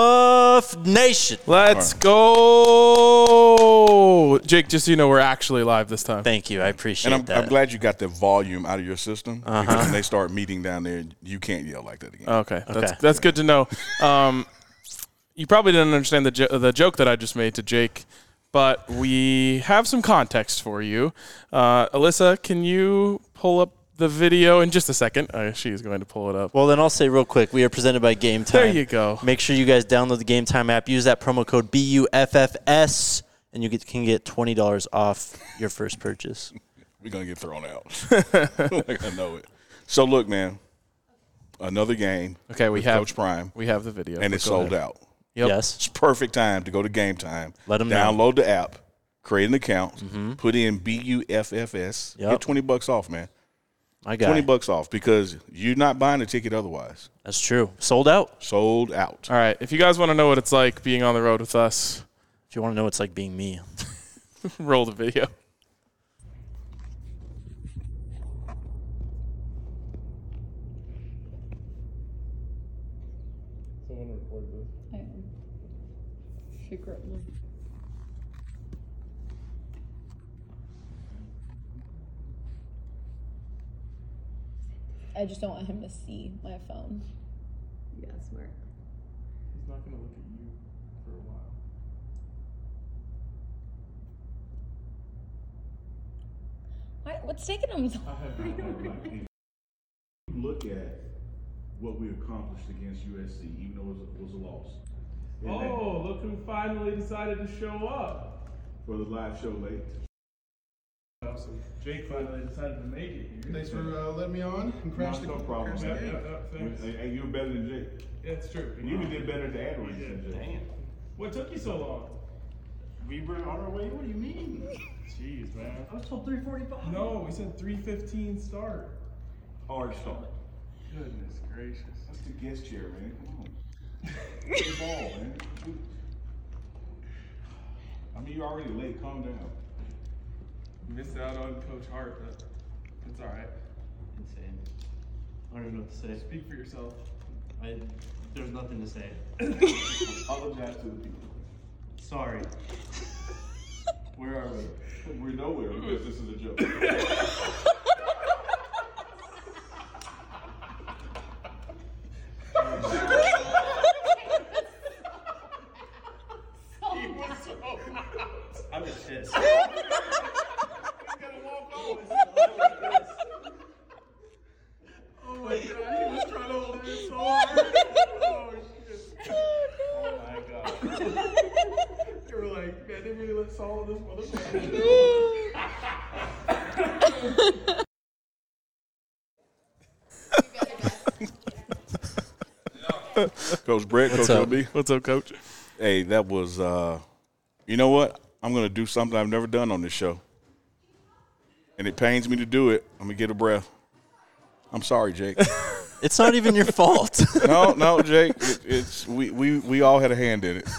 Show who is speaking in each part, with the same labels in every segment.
Speaker 1: Buff Nation.
Speaker 2: Let's go. Jake, just so you know, we're actually live this time.
Speaker 1: Thank you. I appreciate
Speaker 3: And I'm,
Speaker 1: that. Uh-huh.
Speaker 3: I'm glad you got the volume out of your system because when they start meeting down there, you can't yell like that again.
Speaker 2: Okay,
Speaker 1: Okay.
Speaker 2: that's that's good to know. Um, you probably didn't understand the jo- the joke that I just made to Jake, but we have some context for you. Uh, Alyssa, can you pull up the video in just a second? Uh, she is going to pull it up.
Speaker 1: well, then I'll say real quick we are presented by Game Time.
Speaker 2: There you go.
Speaker 1: Make sure you guys download the Game Time app. Use that promo code BUFFS, and you get, can get $20 off your first purchase.
Speaker 3: We're gonna get thrown out. Like, I know it. So look, man, another game.
Speaker 2: Okay, we
Speaker 3: with
Speaker 2: have
Speaker 3: Coach Prime,
Speaker 2: we have the video,
Speaker 3: and it's sold out.
Speaker 2: Yep.
Speaker 1: Yes?
Speaker 3: It's perfect time to go to Game Time.
Speaker 1: Let 'em know. Mm-hmm.
Speaker 3: download the app, create an account, put in BUFFS,
Speaker 1: Yep.
Speaker 3: get twenty bucks off, man.
Speaker 1: My guy.
Speaker 3: Twenty bucks off because you're not buying a ticket otherwise.
Speaker 1: That's true. Sold out.
Speaker 3: Sold out.
Speaker 2: All right. If you guys want to know what it's like being on the road with us,
Speaker 1: If you want to know what it's like being me.
Speaker 2: roll the video.
Speaker 4: I am secretly. I just don't want him to see my phone.
Speaker 5: Yeah, smart.
Speaker 2: He's not going to look at you for a while.
Speaker 4: Why, what's taking him so
Speaker 6: look at what we accomplished against USC, even though it was, was a loss. And that-
Speaker 2: Oh, look who finally decided to show up.
Speaker 6: For the live show late.
Speaker 2: Jake finally decided to make it.
Speaker 7: Thanks for uh, letting me on and crash the
Speaker 6: No problem.
Speaker 7: crash the
Speaker 6: man.
Speaker 7: game.
Speaker 6: Hey, hey, you were better than Jake.
Speaker 2: Yeah, it's true.
Speaker 6: And you even did better at the ad reads than Jake.
Speaker 2: What took you so long?
Speaker 6: We were on our way. What do you mean?
Speaker 2: Jeez, man.
Speaker 5: I was told 345.
Speaker 2: No, we said 315 start.
Speaker 6: Hard start.
Speaker 2: Goodness gracious.
Speaker 6: Let's do guest chair, man. Come on. Get the ball, man. I mean, you're already late. Calm down.
Speaker 2: Missed out on Coach Hart, but it's all right.
Speaker 8: Insane. I don't even know what to say.
Speaker 2: Speak for yourself.
Speaker 8: I, there's nothing to say.
Speaker 6: Apologize to the people.
Speaker 8: Sorry. Where are we?
Speaker 6: We're nowhere because this is a joke.
Speaker 8: I was pissed.
Speaker 3: Coach Brett, Coach
Speaker 1: up?
Speaker 3: LB.
Speaker 2: What's up, Coach?
Speaker 3: Hey, that was. uh You know what? I'm gonna do something I've never done on this show, and it pains me to do it. I'm gonna get a breath. I'm sorry, Jake.
Speaker 1: It's not even your fault.
Speaker 3: no, no, Jake. It, it's we, we we all had a hand in it.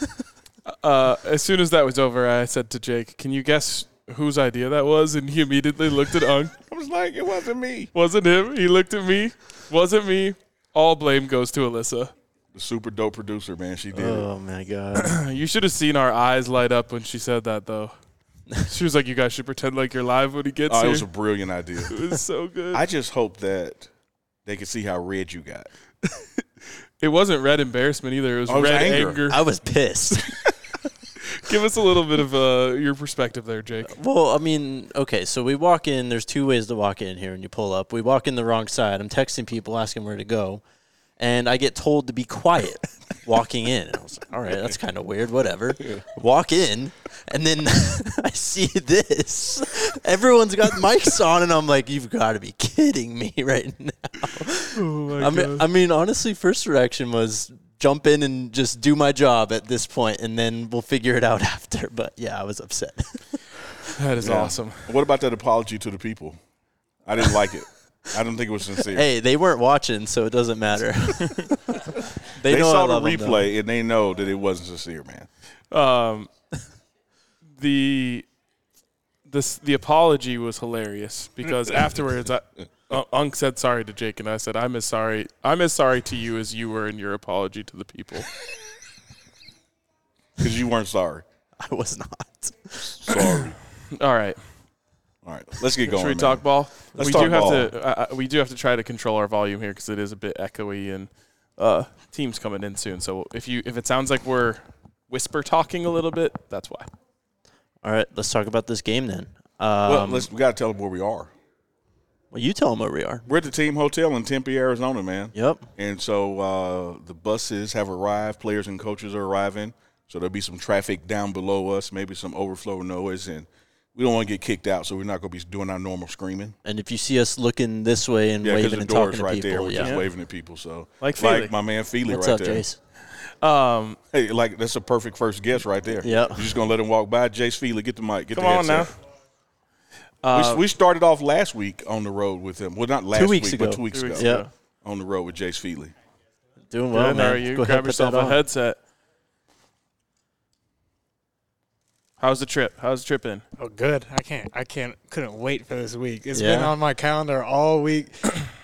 Speaker 2: Uh, as soon as that was over, I said to Jake, "Can you guess whose idea that was?" And he immediately looked at Unc.
Speaker 3: I was like, it wasn't me.
Speaker 2: Wasn't him. He looked at me. Wasn't me. All blame goes to Alyssa.
Speaker 3: The super dope producer, man. She did it.
Speaker 1: oh, my God.
Speaker 2: You should have seen our eyes light up when she said that, though. She was like, "You guys should pretend like you're live when he gets
Speaker 3: Oh, it
Speaker 2: here."
Speaker 3: was a brilliant idea.
Speaker 2: it was so good.
Speaker 3: I just hope that they can see how red you got.
Speaker 2: It wasn't red embarrassment either. It was,
Speaker 3: Oh, it was
Speaker 2: red anger.
Speaker 3: anger.
Speaker 1: I was pissed.
Speaker 2: Give us a little bit of uh, your perspective there, Jake.
Speaker 1: Well, I mean, okay, so we walk in. There's two ways to walk in here when you pull up. We walk in the wrong side. I'm texting people, asking where to go, and I get told to be quiet walking in. And I was like, all right, that's kind of weird. Whatever. Walk in, and then I see this. Everyone's got mics on, and I'm like, you've got to be kidding me right now. I mean, I mean, honestly, first reaction was jump in and just do my job at this point, and then we'll figure it out after. But yeah, I was upset.
Speaker 2: That is awesome.
Speaker 3: What about that apology to the people? I didn't like it. I didn't think it was sincere.
Speaker 1: Hey, they weren't watching, so it doesn't matter. they,
Speaker 3: they
Speaker 1: know I
Speaker 3: saw the
Speaker 1: love 'em, though.
Speaker 3: replay and they know that it wasn't sincere, man.
Speaker 2: um, the this the apology was hilarious because afterwards, I, uh, Unc said sorry to Jake, and I said I'm as sorry I'm as sorry to you as you were in your apology to the people.
Speaker 3: because you weren't sorry.
Speaker 1: I was not.
Speaker 3: Sorry.
Speaker 2: All right.
Speaker 3: All right, let's get going.
Speaker 1: Oh,
Speaker 2: Should we
Speaker 3: man.
Speaker 2: talk ball?
Speaker 3: Let's
Speaker 2: we
Speaker 3: talk
Speaker 2: do have
Speaker 3: ball.
Speaker 2: to. Uh, uh, we do have to try to control our volume here because it is a bit echoey and uh, teams coming in soon. So if you if it sounds like we're whisper talking a little bit, that's why.
Speaker 1: All right, let's talk about this game then. Um,
Speaker 3: Well,
Speaker 1: well,
Speaker 3: let's we gotta tell them where we are.
Speaker 1: you tell them where we are.
Speaker 3: We're at the team hotel in Tempe, Arizona, man.
Speaker 1: Yep.
Speaker 3: And so uh, the buses have arrived. Players and coaches are arriving. So there'll be some traffic down below us, maybe some overflow noise, and we don't want to get kicked out. So we're not going to be doing our normal screaming.
Speaker 1: And if you see us looking this way and
Speaker 3: Yeah, because
Speaker 1: waving
Speaker 3: the
Speaker 1: and
Speaker 3: door
Speaker 1: talking
Speaker 3: is
Speaker 1: to
Speaker 3: right
Speaker 1: people,
Speaker 3: there. We're
Speaker 1: yeah.
Speaker 3: just waving at people. So
Speaker 2: Like Feely.
Speaker 3: my man Feely
Speaker 1: What's
Speaker 3: right
Speaker 1: up,
Speaker 3: there.
Speaker 1: Jace?
Speaker 2: Um,
Speaker 3: Hey, like that's a perfect first guess right there.
Speaker 1: Yep.
Speaker 3: You're just gonna let him walk by. Jace Feely, get the mic. Get
Speaker 2: come
Speaker 3: the
Speaker 2: on now.
Speaker 3: headset. we, we started off last week on the road with him. Well, not last
Speaker 1: Uh, Two weeks
Speaker 3: week,
Speaker 1: ago.
Speaker 3: but two weeks
Speaker 2: Two
Speaker 3: ago.
Speaker 2: weeks
Speaker 1: Yeah.
Speaker 2: ago.
Speaker 3: On the road with Jace Feely.
Speaker 1: Doing well,
Speaker 2: Good,
Speaker 1: man.
Speaker 2: how are you?
Speaker 1: Go ahead,
Speaker 2: Grab
Speaker 1: put
Speaker 2: yourself
Speaker 1: that
Speaker 2: a
Speaker 1: on.
Speaker 2: headset. How's the trip? How's the trip in?
Speaker 9: Oh, good. I can't. I can't. Couldn't wait for this week. It's been
Speaker 1: Yeah.
Speaker 9: on my calendar all week.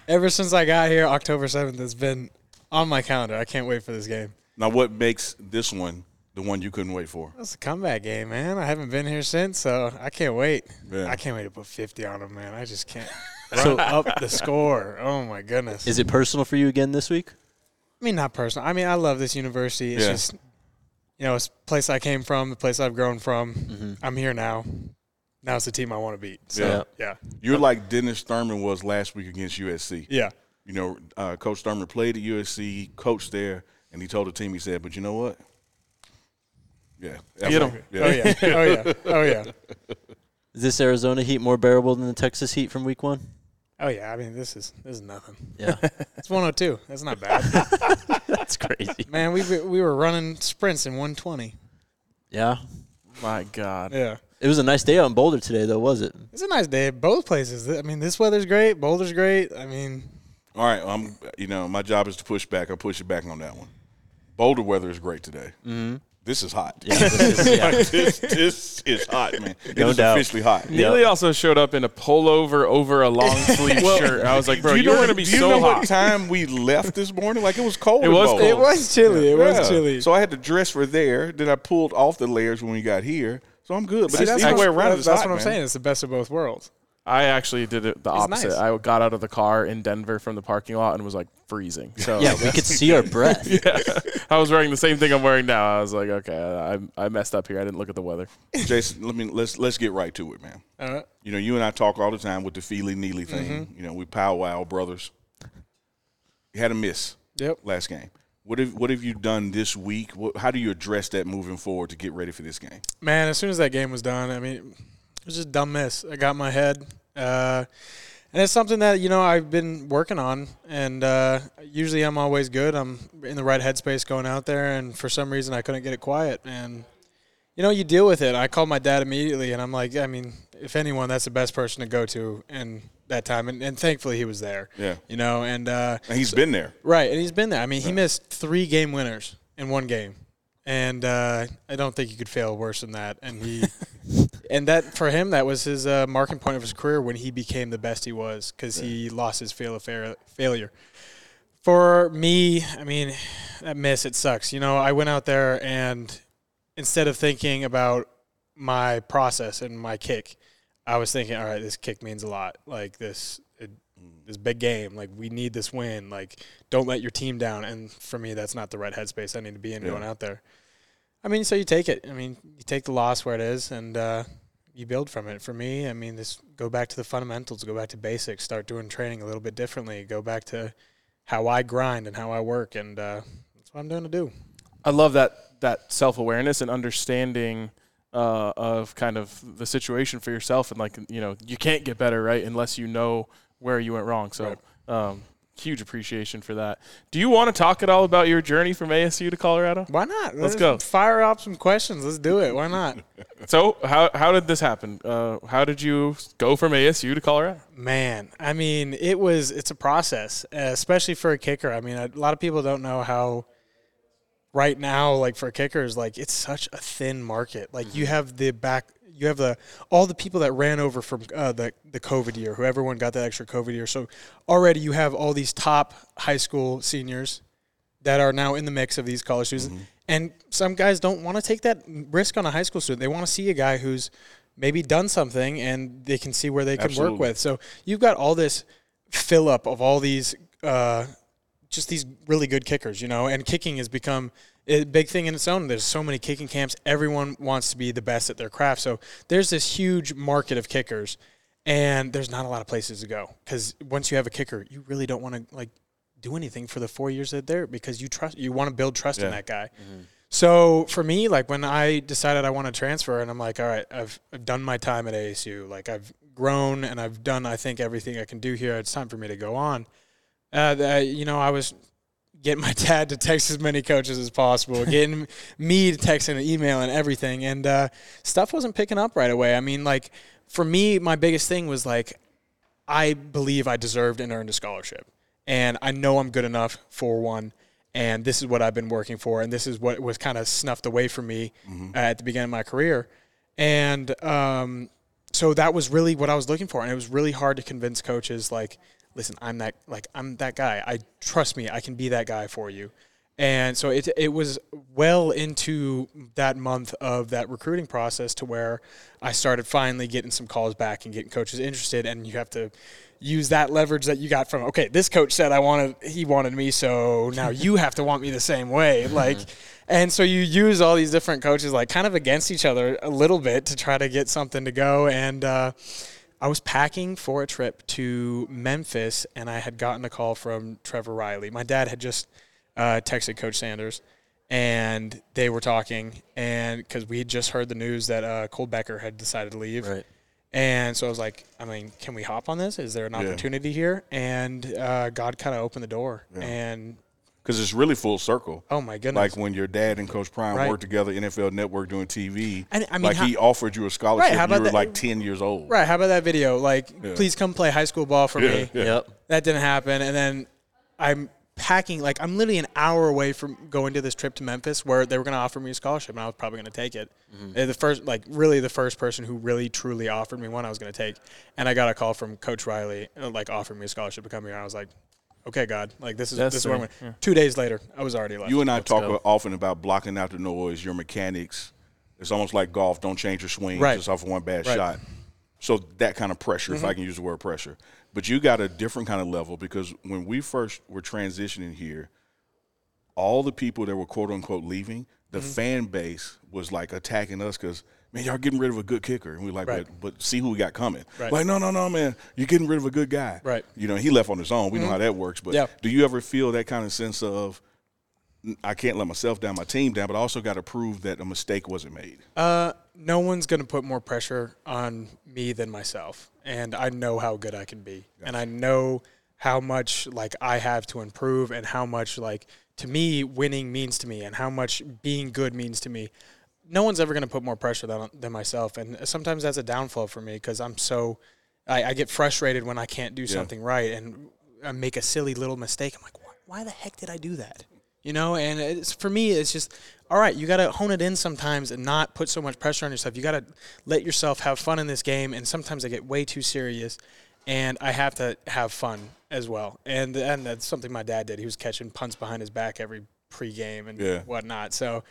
Speaker 9: Ever since I got here, October seventh, it's been on my calendar. I can't wait for this game.
Speaker 3: Now, what makes this one the one you couldn't wait for?
Speaker 9: That's a comeback game, man. I haven't been here since, so I can't wait.
Speaker 3: Yeah.
Speaker 9: I can't wait to put fifty on them, man. I just can't. Run up the score. Oh my goodness.
Speaker 1: Is it personal for you again this week?
Speaker 9: I mean, not personal. I mean, I love this university. It's
Speaker 3: Yeah.
Speaker 9: just, you know, it's the place I came from, the place I've grown from. I'm here now. Now it's the team I want to beat. So,
Speaker 3: Yeah.
Speaker 9: yeah.
Speaker 3: You're like Dennis Thurman was last week against USC.
Speaker 9: Yeah.
Speaker 3: You know, uh, Coach Thurman played at USC, coached there, and he told the team, he said, "But you know what? Yeah, that's
Speaker 2: Get
Speaker 3: what-
Speaker 2: 'em.
Speaker 3: Yeah.
Speaker 9: Oh, yeah. Oh, yeah. Oh, yeah.
Speaker 1: Is this Arizona heat more bearable than the Texas heat from week one?
Speaker 9: Oh, yeah. I mean, this is this is nothing.
Speaker 1: Yeah,
Speaker 9: It's 102. That's not bad.
Speaker 1: that's crazy.
Speaker 9: Man, we we were running sprints in 120.
Speaker 1: Yeah,
Speaker 2: My God.
Speaker 9: Yeah.
Speaker 1: it was a nice day out in Boulder today, though, was it?
Speaker 9: It's a nice day at both places. I mean, this weather's great. Boulder's great. I mean,
Speaker 3: All right, I'm. You know, my job is to push back. I push it back on that one. Boulder weather is great today. Mm-hmm. This is hot. this, this is hot, man. It
Speaker 1: No
Speaker 3: is
Speaker 1: doubt.
Speaker 3: officially hot.
Speaker 2: Neely also showed up in a pullover over a long sleeve shirt. I was like, bro,
Speaker 3: Do
Speaker 2: you
Speaker 3: know
Speaker 2: are going to
Speaker 3: what-
Speaker 2: be
Speaker 3: do you
Speaker 2: so
Speaker 3: know
Speaker 2: hot.
Speaker 3: What time we left this morning? Like it was cold.
Speaker 2: It
Speaker 3: in
Speaker 2: was
Speaker 3: Boulder.
Speaker 2: cold.
Speaker 9: it was chilly. It was
Speaker 3: Yeah.
Speaker 9: chilly.
Speaker 3: So I had to dress for there. Then I pulled off the layers when we got here. So I'm good. But
Speaker 9: See,
Speaker 3: it's
Speaker 9: that's
Speaker 3: either
Speaker 9: what-
Speaker 3: way around.
Speaker 9: that's-
Speaker 3: it's
Speaker 9: that's
Speaker 3: hot,
Speaker 9: what I'm
Speaker 3: man.
Speaker 9: saying. It's the best of both worlds.
Speaker 2: I actually did it the
Speaker 9: It's nice.
Speaker 2: opposite. I got out of the car in Denver from the parking lot and was like freezing. So
Speaker 1: Yeah, we could see our breath.
Speaker 2: I was wearing the same thing I'm wearing now. I was like, okay, I, I messed up here. I didn't look at the weather.
Speaker 3: Jason, let me let's let's get right to it, man.
Speaker 9: All right. Mm-hmm.
Speaker 3: You know, you and I talk all the time with the Feely Neely thing. You know, we powwow brothers. You had a miss
Speaker 9: Yep.
Speaker 3: last game. What have what have you done this week? What, how do you address that moving forward to get ready for this game?
Speaker 9: Man, as soon as that game was done, I mean, it was just a dumb miss. I got in my head. Uh, and it's something that, you know, I've been working on. And uh, usually I'm always good. I'm in the right headspace going out there. And for some reason, I couldn't get it quiet. And, you know, you deal with it. I called my dad immediately. And I'm like, I mean, if anyone, that's the best person to go to in that time. And, and thankfully, he was there.
Speaker 3: Yeah.
Speaker 9: You know, and uh,
Speaker 3: And he's been there.
Speaker 9: Right, and he's been there. I mean, he missed three game winners in one game, and uh, I don't think you could fail worse than that. And he, and that for him, that was his uh, marking point of his career when he became the best he was because he lost his fail of fair, failure. For me, I mean, that miss it sucks. You know, I went out there and instead of thinking about my process and my kick, I was thinking, all right, this kick means a lot. Like this, it, this big game. Like we need this win. Like don't let your team down. And for me, that's not the right headspace I need to be in going out there. I mean, so you take it. I mean, you take the loss where it is, and uh, you build from it. For me, I mean, just go back to the fundamentals, go back to basics, start doing training a little bit differently, go back to how I grind and how I work, and uh, that's what I'm going to do.
Speaker 2: I love that that self awareness and understanding uh, of kind of the situation for yourself and like you know you can't get better right unless you know where you went wrong. So um, huge appreciation for that. Do you want to talk at all about your journey from ASU to Colorado?
Speaker 9: Why not?
Speaker 2: Let's go.
Speaker 9: Fire up some questions. Let's do it. Why not?
Speaker 2: So how how did this happen? Uh, how did you go from ASU to Colorado?
Speaker 9: Man, I mean, it was it's a process, uh, especially for a kicker. I mean, a lot of people don't know how right now like for kickers like it's such a thin market. Like you have the back you have the all the people that ran over from uh, the the COVID year, who everyone got that extra COVID year. So already you have all these top high school seniors that are now in the mix of these college students. And some guys don't want to take that risk on a high school student. They want to see a guy who's maybe done something and they can see where they can
Speaker 3: Absolutely.
Speaker 9: work with. So you've got all this fill up of all these uh, just these really good kickers, you know, and kicking has become a big thing in its own. There's so many kicking camps. Everyone wants to be the best at their craft. So there's this huge market of kickers, and there's not a lot of places to go because once you have a kicker, you really don't want to like do anything for the four years that they're because you trust you want to build trust in
Speaker 3: Yeah.
Speaker 9: that guy. So for me, like when I decided I want to transfer, and I'm like, all right, I've, I've done my time at ASU. Like I've grown and I've done, I think, everything I can do here. It's time for me to go on. Uh, the, you know, I was getting my dad to text as many coaches as possible, getting me to text and email and everything, and uh, stuff wasn't picking up right away. I mean, like for me, my biggest thing was like I believe I deserved and earned a scholarship. And I know I'm good enough for one. And this is what I've been working for. And this is what was kind of snuffed away from me uh, at the beginning of my career. And um, so that was really what I was looking for. And it was really hard to convince coaches, like, listen, I'm that, like, I'm that guy. I trust me. I can be that guy for you. And so it it was well into that month of that recruiting process to where I started finally getting some calls back and getting coaches interested, and you have to use that leverage that you got from okay, this coach said I wanted he wanted me, so now you have to want me the same way, like. And so you use all these different coaches like kind of against each other a little bit to try to get something to go. And uh, I was packing for a trip to Memphis, and I had gotten a call from Trevor Riley. My dad had just uh, texted Coach Sanders, and they were talking, and because we had just heard the news that uh, Cole Becker had decided to leave,
Speaker 1: Right.
Speaker 9: and so I was like, I mean, can we hop on this? Is there an opportunity here? And uh, God kind of opened the door, and
Speaker 3: Because it's really full circle.
Speaker 9: oh my goodness,
Speaker 3: Like when your dad and Coach Prime
Speaker 9: Right.
Speaker 3: worked together, NFL Network doing TV.
Speaker 9: And, I mean,
Speaker 3: like
Speaker 9: how-
Speaker 3: he offered you a scholarship.
Speaker 9: Right, how
Speaker 3: when you
Speaker 9: about
Speaker 3: were
Speaker 9: that-
Speaker 3: like ten years old.
Speaker 9: right? How about that video? Like, please come play high school ball for me.
Speaker 1: Yep.
Speaker 9: that didn't happen and then i'm packing like i'm literally an hour away from going to this trip to memphis where they were going to offer me a scholarship and i was probably going to take it
Speaker 3: Mm-hmm.
Speaker 9: Uh, the first like really the first person who really truly offered me one i was going to take and i got a call from coach riley uh, like offering me a scholarship to come here and i was like okay god like this is this is where i'm
Speaker 2: Destiny,
Speaker 9: going two days later i was already left
Speaker 3: You and I talk
Speaker 1: go.
Speaker 3: often about blocking out the noise, your mechanics. It's almost like golf. Don't change your swing
Speaker 9: Right.
Speaker 3: just off of one bad
Speaker 9: Right. Mm-hmm.
Speaker 3: shot. So that kind of pressure, if I can use the word pressure. But you got a different kind of level because when we first were transitioning here, all the people that were quote unquote leaving, the
Speaker 9: Mm-hmm.
Speaker 3: fan base was like attacking us because, man, y'all getting rid of a good kicker. And we like,
Speaker 9: Right.
Speaker 3: but, but see who we got coming.
Speaker 9: Right.
Speaker 3: Like, no, no, no, man, you're getting rid of a good guy.
Speaker 9: Right.
Speaker 3: You know, he left on his own.
Speaker 2: Mm-hmm.
Speaker 3: We know how that works. But
Speaker 9: Yeah.
Speaker 3: do you ever feel that kind of sense of, I can't let myself down, my team down, but I also got to prove that a mistake wasn't made.
Speaker 9: no one's going to put more pressure on me than myself and i know how good i can be and i know how much like i have to improve and how much like to me winning means to me and how much being good means to me no one's ever going to put more pressure than, than myself and sometimes that's a downfall for me because i'm so I, I get frustrated when i can't do something right and i make a silly little mistake i'm like why, why the heck did i do that you know and it's, for me it's just all right you got to hone it in sometimes and not put so much pressure on yourself you got to let yourself have fun in this game and sometimes i get way too serious and i have to have fun as well and and that's something my dad did he was catching punts behind his back every pregame and
Speaker 3: Yeah.
Speaker 9: whatnot so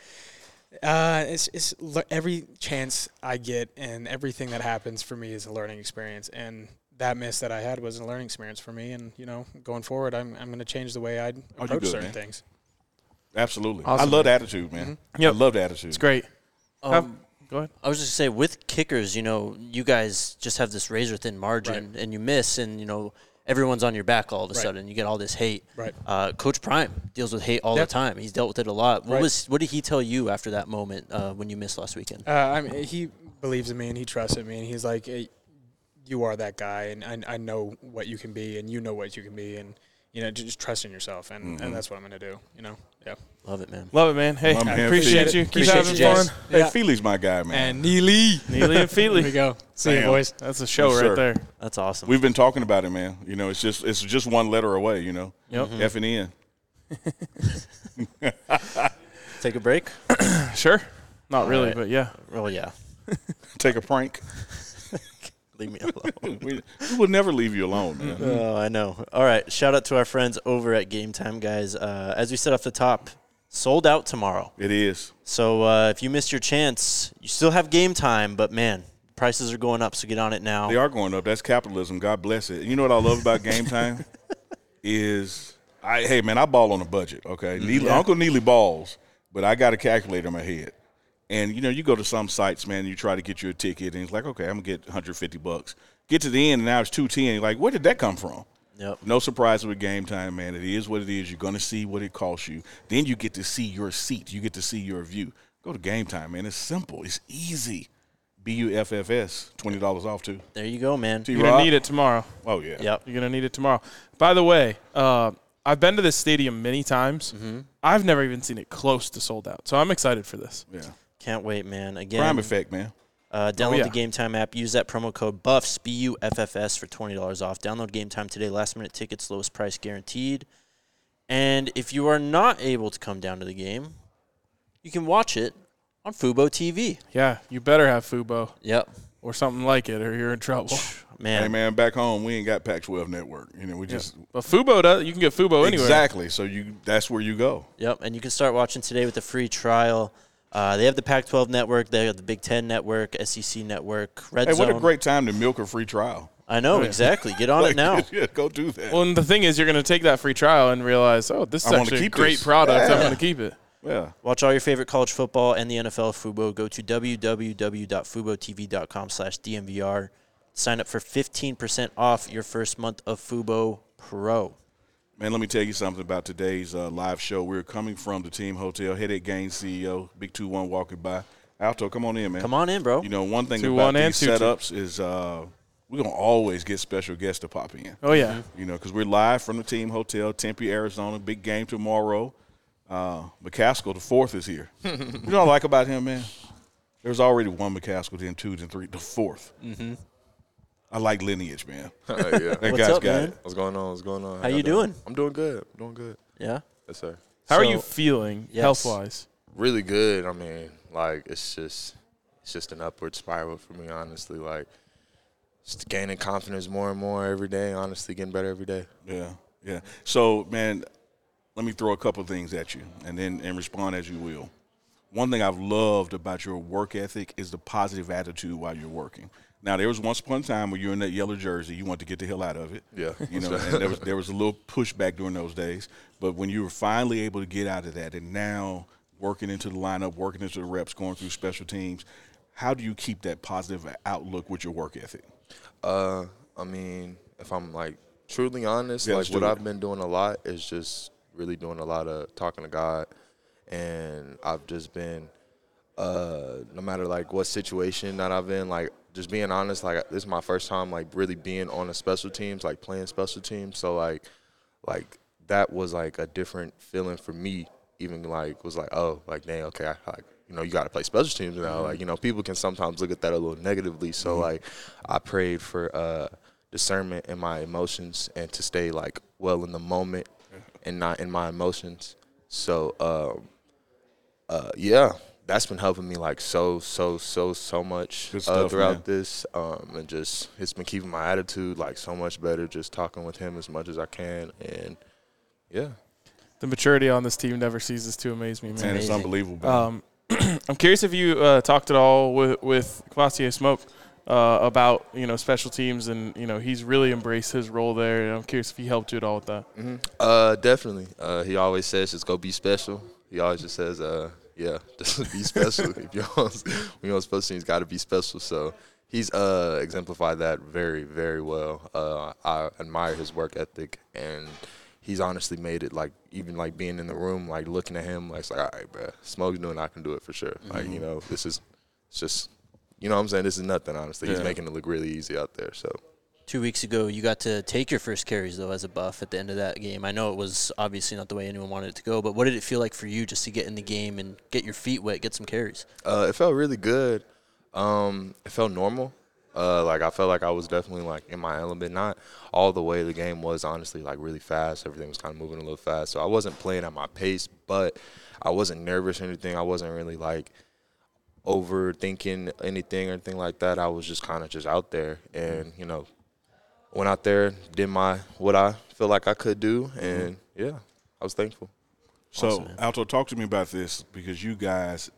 Speaker 9: uh, it's, it's le- every chance I get and everything that happens for me is a learning experience. And that miss that I had was a learning experience for me. And, you know, going forward, I'm, I'm going to change the way I
Speaker 3: you
Speaker 9: approach
Speaker 3: Oh, good,
Speaker 9: certain
Speaker 3: man.
Speaker 9: things.
Speaker 3: Absolutely.
Speaker 2: Awesome, Mm-hmm.
Speaker 3: I love the attitude, man.
Speaker 2: Yep.
Speaker 3: I love the attitude.
Speaker 2: It's great. Have- go ahead.
Speaker 1: I was just gonna say with kickers, you know, you guys just have this razor thin margin, and you miss, and you know everyone's on your back all of a
Speaker 9: Right.
Speaker 1: sudden. You get all this hate.
Speaker 9: Right.
Speaker 1: Uh, Coach Prime deals with hate all
Speaker 9: Yep.
Speaker 1: the time. He's dealt with it a lot. What
Speaker 9: Right.
Speaker 1: was what did he tell you after that moment uh, when you missed last weekend?
Speaker 9: Uh, I mean, he believes in me and he trusts in me. And he's like, "Hey, you are that guy. And I, I know what you can be and you know what you can be. And, you know, ju- just trust in yourself. And,
Speaker 3: Mm-hmm.
Speaker 9: and that's what I'm going to do, you know? Yeah.
Speaker 1: Love it, man.
Speaker 2: Love it, man. Hey,
Speaker 3: I'm
Speaker 2: I
Speaker 3: here for
Speaker 2: appreciate
Speaker 3: you.
Speaker 2: you. Keep
Speaker 9: Appreciate
Speaker 2: having
Speaker 9: you,
Speaker 2: fun.
Speaker 9: Jess.
Speaker 3: Hey,
Speaker 9: Yeah.
Speaker 3: Feely's my guy, man.
Speaker 9: And Neely.
Speaker 2: Neely and
Speaker 9: Here we
Speaker 2: Feely.
Speaker 9: go. See you,
Speaker 3: Damn.
Speaker 9: boys.
Speaker 2: That's a show
Speaker 3: Yes,
Speaker 2: right
Speaker 3: sir.
Speaker 2: there.
Speaker 1: That's awesome.
Speaker 3: We've been talking about it, man. You know, it's just it's just one letter away, you know.
Speaker 2: Yep.
Speaker 3: F and N.
Speaker 1: Take a break.
Speaker 2: Sure. Not really,
Speaker 1: right.
Speaker 2: but yeah.
Speaker 1: Oh yeah.
Speaker 3: Take a prank.
Speaker 1: Leave me alone.
Speaker 3: we, we will never leave you alone, man.
Speaker 1: Oh, I know. All right. Shout out to our friends over at Game Time, guys. Uh, as we said off the top, sold out tomorrow.
Speaker 3: It is.
Speaker 1: So uh, if you missed your chance, you still have game time, but man, prices are going up, so get on it now.
Speaker 3: They are going up. That's capitalism. God bless it. You know what I love about game time is I hey man, I ball on a budget. Okay, Neely, Uncle Neely balls, but I got a calculator in my head. And you know, you go to some sites, man. You try to get you a ticket, and it's like, okay, I'm gonna get 150 bucks. Get to the end, and now it's 210. You're like, where did that come from?
Speaker 1: Yep.
Speaker 3: No surprise with game time, man. It is what it is. You're going to see what it costs you. Then you get to see your seat. You get to see your view. Go to game time, man. It's simple. It's easy. BUFFS, $20 off, too.
Speaker 1: There you go, man.
Speaker 3: T
Speaker 2: You're gonna
Speaker 3: Rob?
Speaker 2: need it tomorrow.
Speaker 3: Oh, yeah.
Speaker 1: Yep.
Speaker 2: You're gonna need it tomorrow. By the way, uh, I've been to this stadium many times.
Speaker 3: Mm-hmm.
Speaker 2: I've never even seen it close to sold out. So I'm excited for this.
Speaker 3: Yeah.
Speaker 1: Can't wait, man.
Speaker 3: Prime Oh,
Speaker 1: Again,
Speaker 3: effect, man.
Speaker 1: uh, download
Speaker 2: yeah.
Speaker 1: the Game Time app. Use that promo code BUFFS, B U F F S, for $20 off. Download Game Time today. Last minute tickets, lowest price guaranteed. And if you are not able to come down to the game, you can watch it on Fubo TV.
Speaker 2: Yeah, you better have Fubo
Speaker 1: Yep.
Speaker 2: or something like it, or you're in trouble.
Speaker 1: Man,
Speaker 3: Hey, man, back home, we ain't got Pac 12 network. You know, we just.
Speaker 2: But Fubo does. You can get Fubo anywhere.
Speaker 3: Exactly. So you that's where you go.
Speaker 1: Yep, and you can start watching today with the free trial. Uh, they have the Pac-12 network, they have the Big Ten network, SEC network, Red
Speaker 3: Hey,
Speaker 1: Zone.
Speaker 3: what a great time to milk a free trial.
Speaker 1: I know exactly. Get on it now.
Speaker 3: yeah, go do that.
Speaker 2: Well, and the thing is, you're gonna take that free trial and realize, oh, this is
Speaker 3: I wanna
Speaker 2: actually a
Speaker 3: keep
Speaker 2: great
Speaker 3: this.
Speaker 2: product. I'm
Speaker 3: Yeah.
Speaker 2: gonna keep it.
Speaker 3: yeah.
Speaker 1: Watch all your favorite college football and the NFL Fubo. Go to www.fubotv.com/dmvr. Sign up for 15% off your first month of Fubo Pro.
Speaker 3: Man, let me tell you something about today's uh, live show. We're coming from the team hotel. Headache Gain CEO, Big Two One walking by. Alto, come on in, man.
Speaker 1: Come on in, bro.
Speaker 3: You know, one thing
Speaker 2: Two,
Speaker 3: about
Speaker 2: one, and
Speaker 3: these
Speaker 2: two, two.
Speaker 3: setups is uh, we're gonna always get special guests to pop in.
Speaker 2: Oh yeah.
Speaker 3: You know, because we're live from the team hotel, Tempe, Arizona. Big game tomorrow. Uh, McCaskill, the fourth, is here. you know what I like about him, man? There's already one McCaskill, then two, then three, the 4th Mm-hmm. I like lineage, man.
Speaker 10: Uh, yeah.
Speaker 3: That
Speaker 1: What's
Speaker 3: guy's
Speaker 1: up,
Speaker 3: got
Speaker 1: man?
Speaker 3: it.
Speaker 10: What's going on? What's going on?
Speaker 1: How you
Speaker 10: y'all
Speaker 1: doing?
Speaker 10: I'm doing good. I'm doing good.
Speaker 1: Yeah.
Speaker 10: Yes, sir.
Speaker 2: How are you
Speaker 10: So,
Speaker 2: feeling
Speaker 1: Yes.
Speaker 2: health wise?
Speaker 10: really good. I mean, like it's just it's just an upward spiral for me, honestly. Like just gaining confidence more and more every day. Honestly, getting better every day.
Speaker 3: Yeah, yeah. So, man, let me throw a couple things at you, and then and respond as you will. One thing I've loved about your work ethic is the positive attitude while you're working. Now, there was once upon a time where you're in that yellow jersey, you want to get the hell out of it.
Speaker 10: Yeah.
Speaker 3: you know, and there was there was a little pushback during those days, but when you were finally able to get out of that, and now working into the lineup, working into the reps, going through special teams, how do you keep that positive outlook with your work ethic?
Speaker 10: Uh, I mean, if I'm like truly honest,
Speaker 3: Yeah,
Speaker 10: like
Speaker 3: let's
Speaker 10: what
Speaker 3: do it.
Speaker 10: I've been doing a lot is just really doing a lot of talking to God, and I've just been, uh, no matter like what situation that I've been, like just being honest. Like this is my first time like really being on a special teams, like playing special teams. So like, like that was like a different feeling for me. Even like was like, oh, like dang, okay, I, like you know, you got to play special teams now. Like you know, people can sometimes look at that a little negatively. So like, I prayed for uh, discernment in my emotions and to stay like well in the moment and not in my emotions. So um, uh, yeah, that's been helping me like so so so so much
Speaker 3: Good
Speaker 10: uh,
Speaker 3: stuff,
Speaker 10: throughout
Speaker 3: man.
Speaker 10: this, um, and just it's been keeping my attitude like so much better. Just talking with him as much as I can, and yeah,
Speaker 2: The maturity on this team never ceases to amaze me, man.
Speaker 3: Man, it's
Speaker 1: Amazing.
Speaker 3: unbelievable.
Speaker 2: Um, I'm curious if you uh, talked at all with with Kvassier Smoke uh, about you know special teams and you know he's really embraced his role there. And I'm curious if he helped you at all with that.
Speaker 10: uh, definitely. Uh, he always says just go be special. He always just says, uh, yeah, just be special. if you're on, when you're on special teams, got to be special. So he's uh exemplified that very very well. Uh, I admire his work ethic and. He's honestly made it like even like being in the room, like looking at him, like it's like, all right, bro, Smoke's doing, it, I can do it for sure. Like you know, this is it's just, you know, what I'm saying this is nothing. Honestly, he's
Speaker 3: Yeah.
Speaker 10: making it look really easy out there. So
Speaker 1: Two weeks ago, you got to take your first carries though as a buff at the end of that game. I know it was obviously not the way anyone wanted it to go, but what did it feel like for you just to get in the game and get your feet wet, get some carries?
Speaker 10: Uh, it felt really good. Um, it felt normal. Uh, like I felt like I was definitely like in my element. Not all the way. The game was honestly like really fast. Everything was kind of moving a little fast. So I wasn't playing at my pace, but I wasn't nervous or anything. I wasn't really like overthinking anything or anything like that. I was just kind of just out there and, you know, went out there, did my what I feel like I could do and yeah, I was thankful.
Speaker 3: So Alto, talk to me about this because you guys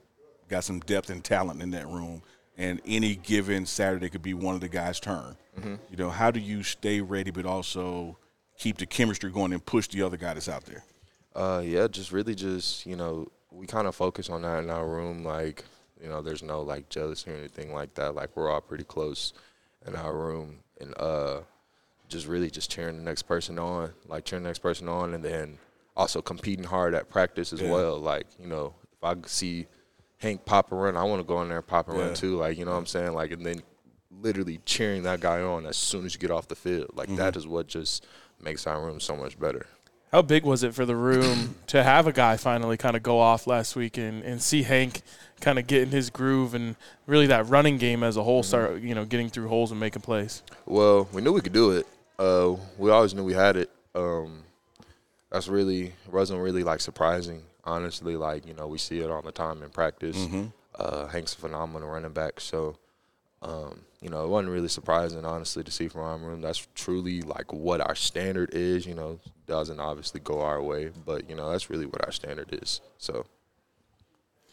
Speaker 3: got some depth and talent in that room, and any given Saturday could be one of the guys' turn.
Speaker 10: Mhm.
Speaker 3: You know, how do you stay ready but also keep the chemistry going and push the other guy that's out there?
Speaker 10: Uh, yeah, just really just, you know, we kind of focus on that in our room. Like, you know, there's no like jealousy or anything like that. Like, we're all pretty close in our room and uh, just really just cheering the next person on, like cheering the next person on, and then also competing hard at practice as
Speaker 3: Yeah.
Speaker 10: well. Like, you know, if I see Hank pop a run, I want to go in there and pop a
Speaker 3: Yeah.
Speaker 10: run too. Like, you know what I'm saying? Like, and then literally cheering that guy on as soon as you get off the field. Like, that
Speaker 3: Mm-hmm.
Speaker 10: is what just makes our room so much better.
Speaker 2: How big was it for the room to have a guy finally kind of go off last week and, and see Hank kind of get in his groove and really that running game as a whole start, you know, getting through holes and making plays?
Speaker 10: Well, we knew we could do it. Uh, we always knew we had it. Um, that's really wasn't really like surprising, honestly. Like you know, we see it all the time in practice.
Speaker 3: Mhm.
Speaker 10: Uh, Hank's a phenomenal running back, so um, you know it wasn't really surprising, honestly, to see from our room. That's truly like what our standard is. You know, doesn't obviously go our way, but you know that's really what our standard is. So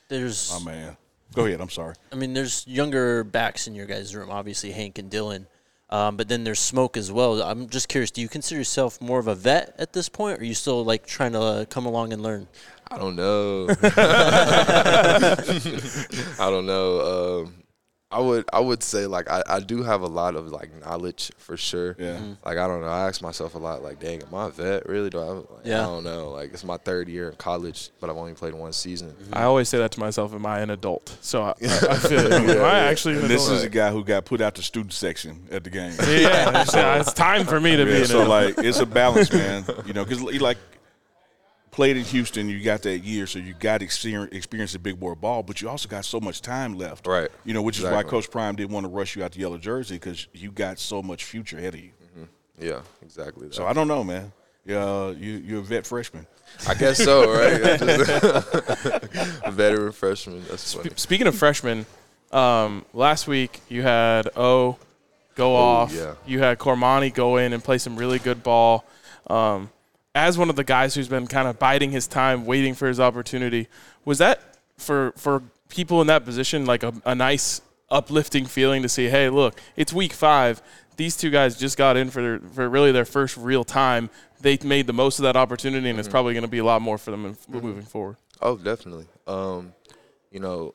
Speaker 1: There's
Speaker 3: My man, go ahead. I'm sorry.
Speaker 1: I mean, there's younger backs in your guys' room, obviously Hank and Dylan, um, but then there's Smoke as well. I'm just curious, do you consider yourself more of a vet at this point, or are you still like trying to uh, come along and learn?
Speaker 10: I don't know. I don't know. Um, I would I would say like I, I do have a lot of like knowledge for sure.
Speaker 3: Yeah.
Speaker 10: Like I don't know. I ask myself a lot like, dang, am I a vet? Really? Do I? Like,
Speaker 1: Yeah.
Speaker 10: I don't know. Like it's my third year in college, but I've only played one season.
Speaker 2: I always say that to myself, am I an adult? So I, I, I feel it. am
Speaker 10: Yeah,
Speaker 2: I
Speaker 10: yeah.
Speaker 2: actually an
Speaker 3: And this
Speaker 2: adult?
Speaker 3: is a guy who got put out the student section at the game.
Speaker 2: yeah, yeah, it's time for me to be
Speaker 3: Yeah,
Speaker 2: an
Speaker 3: so
Speaker 2: adult.
Speaker 3: like it's a balance, man. You know, because like played in Houston, you got that year, so you got experience, experience in big board ball, but you also got so much time left,
Speaker 10: Right.
Speaker 3: You know, which is why
Speaker 10: Exactly.
Speaker 3: Coach Prime didn't want to rush you out the yellow jersey because you got so much future ahead of you.
Speaker 10: Yeah. Exactly.
Speaker 3: So I don't know, man. Yeah, you you're a vet freshman.
Speaker 10: I guess so, right? I just- veteran freshman. That's funny.
Speaker 2: Speaking of freshmen, um, last week you had O go off.
Speaker 10: yeah.
Speaker 2: You had Cormani go in and play some really good ball. Um, as one of the guys who's been kind of biding his time, waiting for his opportunity, was that for for people in that position like a, a nice uplifting feeling to see? Hey, look, it's week five. These two guys just got in for their, for really their first real time. They made the most of that opportunity, and it's probably going to be a lot more for them in, moving forward.
Speaker 10: Oh, definitely. Um, you know,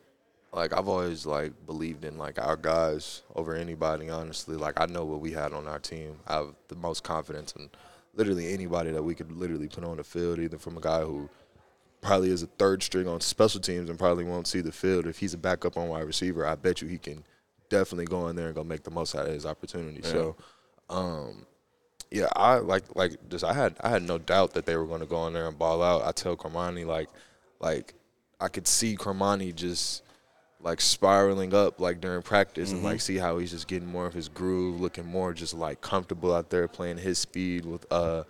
Speaker 10: like I've always like believed in like our guys over anybody. Honestly, like I know what we had on our team. I have the most confidence in literally anybody that we could literally put on the field, either from a guy who probably is a third string on special teams and probably won't see the field. If he's a backup on wide receiver, I bet you he can definitely go in there and go make the most out of his opportunity. So, um, yeah, I like like just I had I had no doubt that they were going to go in there and ball out. I tell Carmani like like I could see Carmani just like spiraling up like during practice and like see how he's just getting more of his groove, looking more just like comfortable out there playing his speed with uh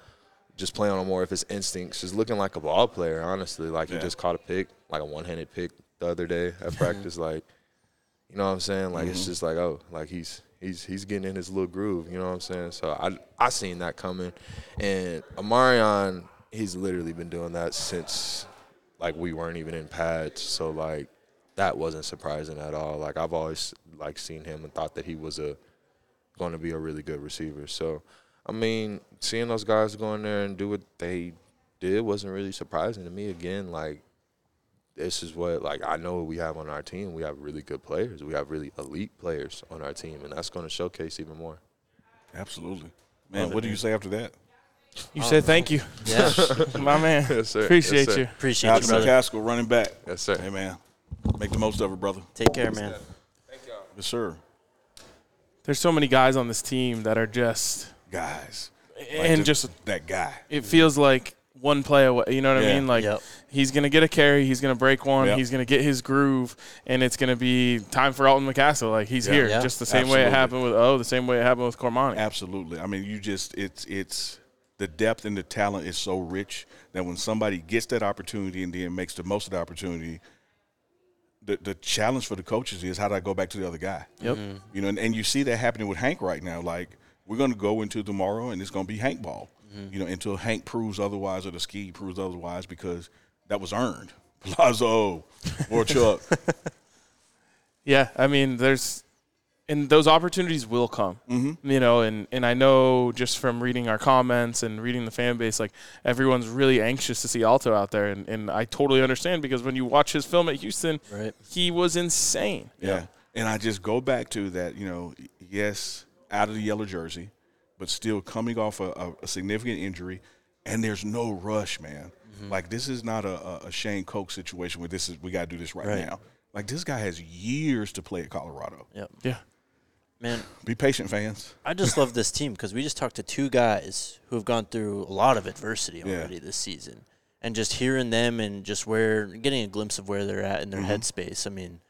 Speaker 10: just playing on more of his instincts, just looking like a ball player, honestly. Like
Speaker 3: Yeah.
Speaker 10: he just caught a pick, like a one handed pick the other day at practice, like you know what I'm saying? Like it's just like oh, like he's he's he's getting in his little groove. You know what I'm saying? So I I seen that coming, and Amarion he's literally been doing that since like we weren't even in pads. So like that wasn't surprising at all. Like I've always like seen him and thought that he was a going to be a really good receiver. So I mean, seeing those guys go in there and do what they did wasn't really surprising to me. Again, like this is what like I know what we have on our team. We have really good players. We have really elite players on our team, and that's going to showcase even more.
Speaker 3: Absolutely, man. What do you say after that?
Speaker 2: You said thank you,
Speaker 1: Yeah,
Speaker 2: my man.
Speaker 10: Yes, sir. Yes,
Speaker 2: Appreciate
Speaker 10: sir.
Speaker 2: you.
Speaker 1: appreciate you,
Speaker 3: Alex
Speaker 1: brother.
Speaker 3: McCaskill, running back.
Speaker 10: Yes, sir.
Speaker 3: Hey, man. Make the most of it, brother.
Speaker 1: Take care, man.
Speaker 3: Yes, sir.
Speaker 2: There's so many guys on this team that are just,
Speaker 3: Guys,
Speaker 2: and just
Speaker 3: that guy.
Speaker 2: it feels like one play away. You know what
Speaker 3: Yeah.
Speaker 2: I mean? Like
Speaker 1: Yep.
Speaker 2: he's gonna get a carry, he's gonna break one,
Speaker 3: Yep.
Speaker 2: he's gonna get his groove, and it's gonna be time for Alton McCaskill. Like he's here,
Speaker 1: Yeah.
Speaker 2: just the same way it
Speaker 3: Absolutely.
Speaker 2: happened with oh, the same way it happened with Cormani.
Speaker 3: Absolutely. I mean, you just it's it's the depth and the talent is so rich that when somebody gets that opportunity and then makes the most of the opportunity, the, the challenge for the coaches is how do I go back to the other guy?
Speaker 2: Yep. Mhm.
Speaker 3: You know, and, and you see that happening with Hank right now. Like we're going to go into tomorrow, and it's going to be Hank ball. You know, until Hank proves otherwise or the ski proves otherwise, because that was earned. Palazzo or Chuck.
Speaker 2: Yeah, I mean, there's, and those opportunities will come. Mm-hmm. You know, and and I know just from reading our comments and reading the fan base, like everyone's really anxious to see Alto out there, and and I totally understand because when you watch his film at Houston,
Speaker 1: Right.
Speaker 2: he was insane.
Speaker 3: Yeah. And I just go back to that, you know, yes, out of the yellow jersey, but still coming off a, a, a significant injury. And there's no rush, man. Like, this is not a, a- a Shane Koch situation where this is, we got to do this right,
Speaker 1: Right.
Speaker 3: now. Like, this guy has years to play at Colorado.
Speaker 1: Yep.
Speaker 2: Yeah.
Speaker 1: Man,
Speaker 3: Be patient, fans.
Speaker 1: I just love this team because we just talked to two guys who have gone through a lot of adversity
Speaker 3: Yeah.
Speaker 1: already this season, and just hearing them and just where getting a glimpse of where they're at in their
Speaker 3: Mm-hmm.
Speaker 1: headspace. I mean,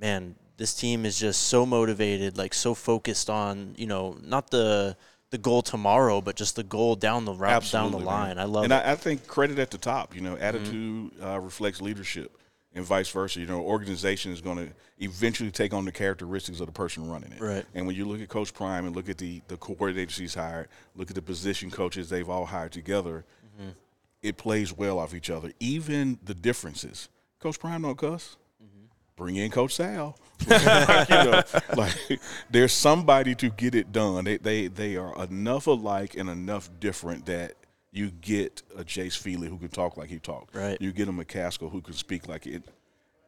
Speaker 1: man, this team is just so motivated, like so focused on you know not the the goal tomorrow, but just the goal down the route, down the line.
Speaker 3: man.
Speaker 1: I love
Speaker 3: and
Speaker 1: it. Mm-hmm.
Speaker 3: I, I think credit at the top. You know, attitude uh, reflects leadership, and vice versa. You know, organization is going to eventually take on the characteristics of the person running it.
Speaker 1: Right.
Speaker 3: And when you look at Coach Prime and look at the the coordinators he's hired, look at the position coaches they've all hired together,
Speaker 1: Mm-hmm.
Speaker 3: it plays well off each other. Even the differences. Coach Prime don't cuss. Bring in Coach Sal. like, you know, like, there's somebody to get it done. They they they are enough alike and enough different that you get a Jace Feely who can talk like he talked.
Speaker 1: Right.
Speaker 3: You get a McCaskill who can speak like it.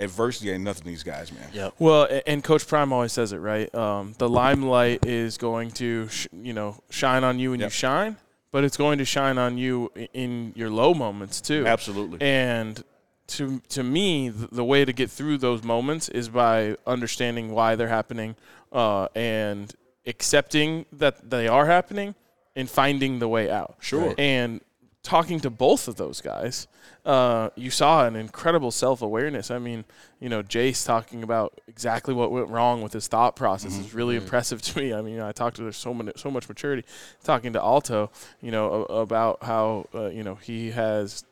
Speaker 3: Adversity ain't nothing to these guys, man.
Speaker 1: Yep.
Speaker 2: Well, a- and Coach Prime always says it right. Um, the limelight is going to, sh- you know, shine on you and
Speaker 3: Yep.
Speaker 2: you shine, but it's going to shine on you i- in your low moments too.
Speaker 3: Absolutely.
Speaker 2: And to to me, th- the way to get through those moments is by understanding why they're happening, uh, and accepting that they are happening, and finding the way out.
Speaker 3: Sure. Right.
Speaker 2: And talking to both of those guys, uh, you saw an incredible self awareness. I mean, you know, Jace talking about exactly what went wrong with his thought process is
Speaker 3: Mm-hmm.
Speaker 2: really impressive to me. I mean, I talked to there's so many, so much maturity. Talking to Alto, you know, a- about how uh, you know he has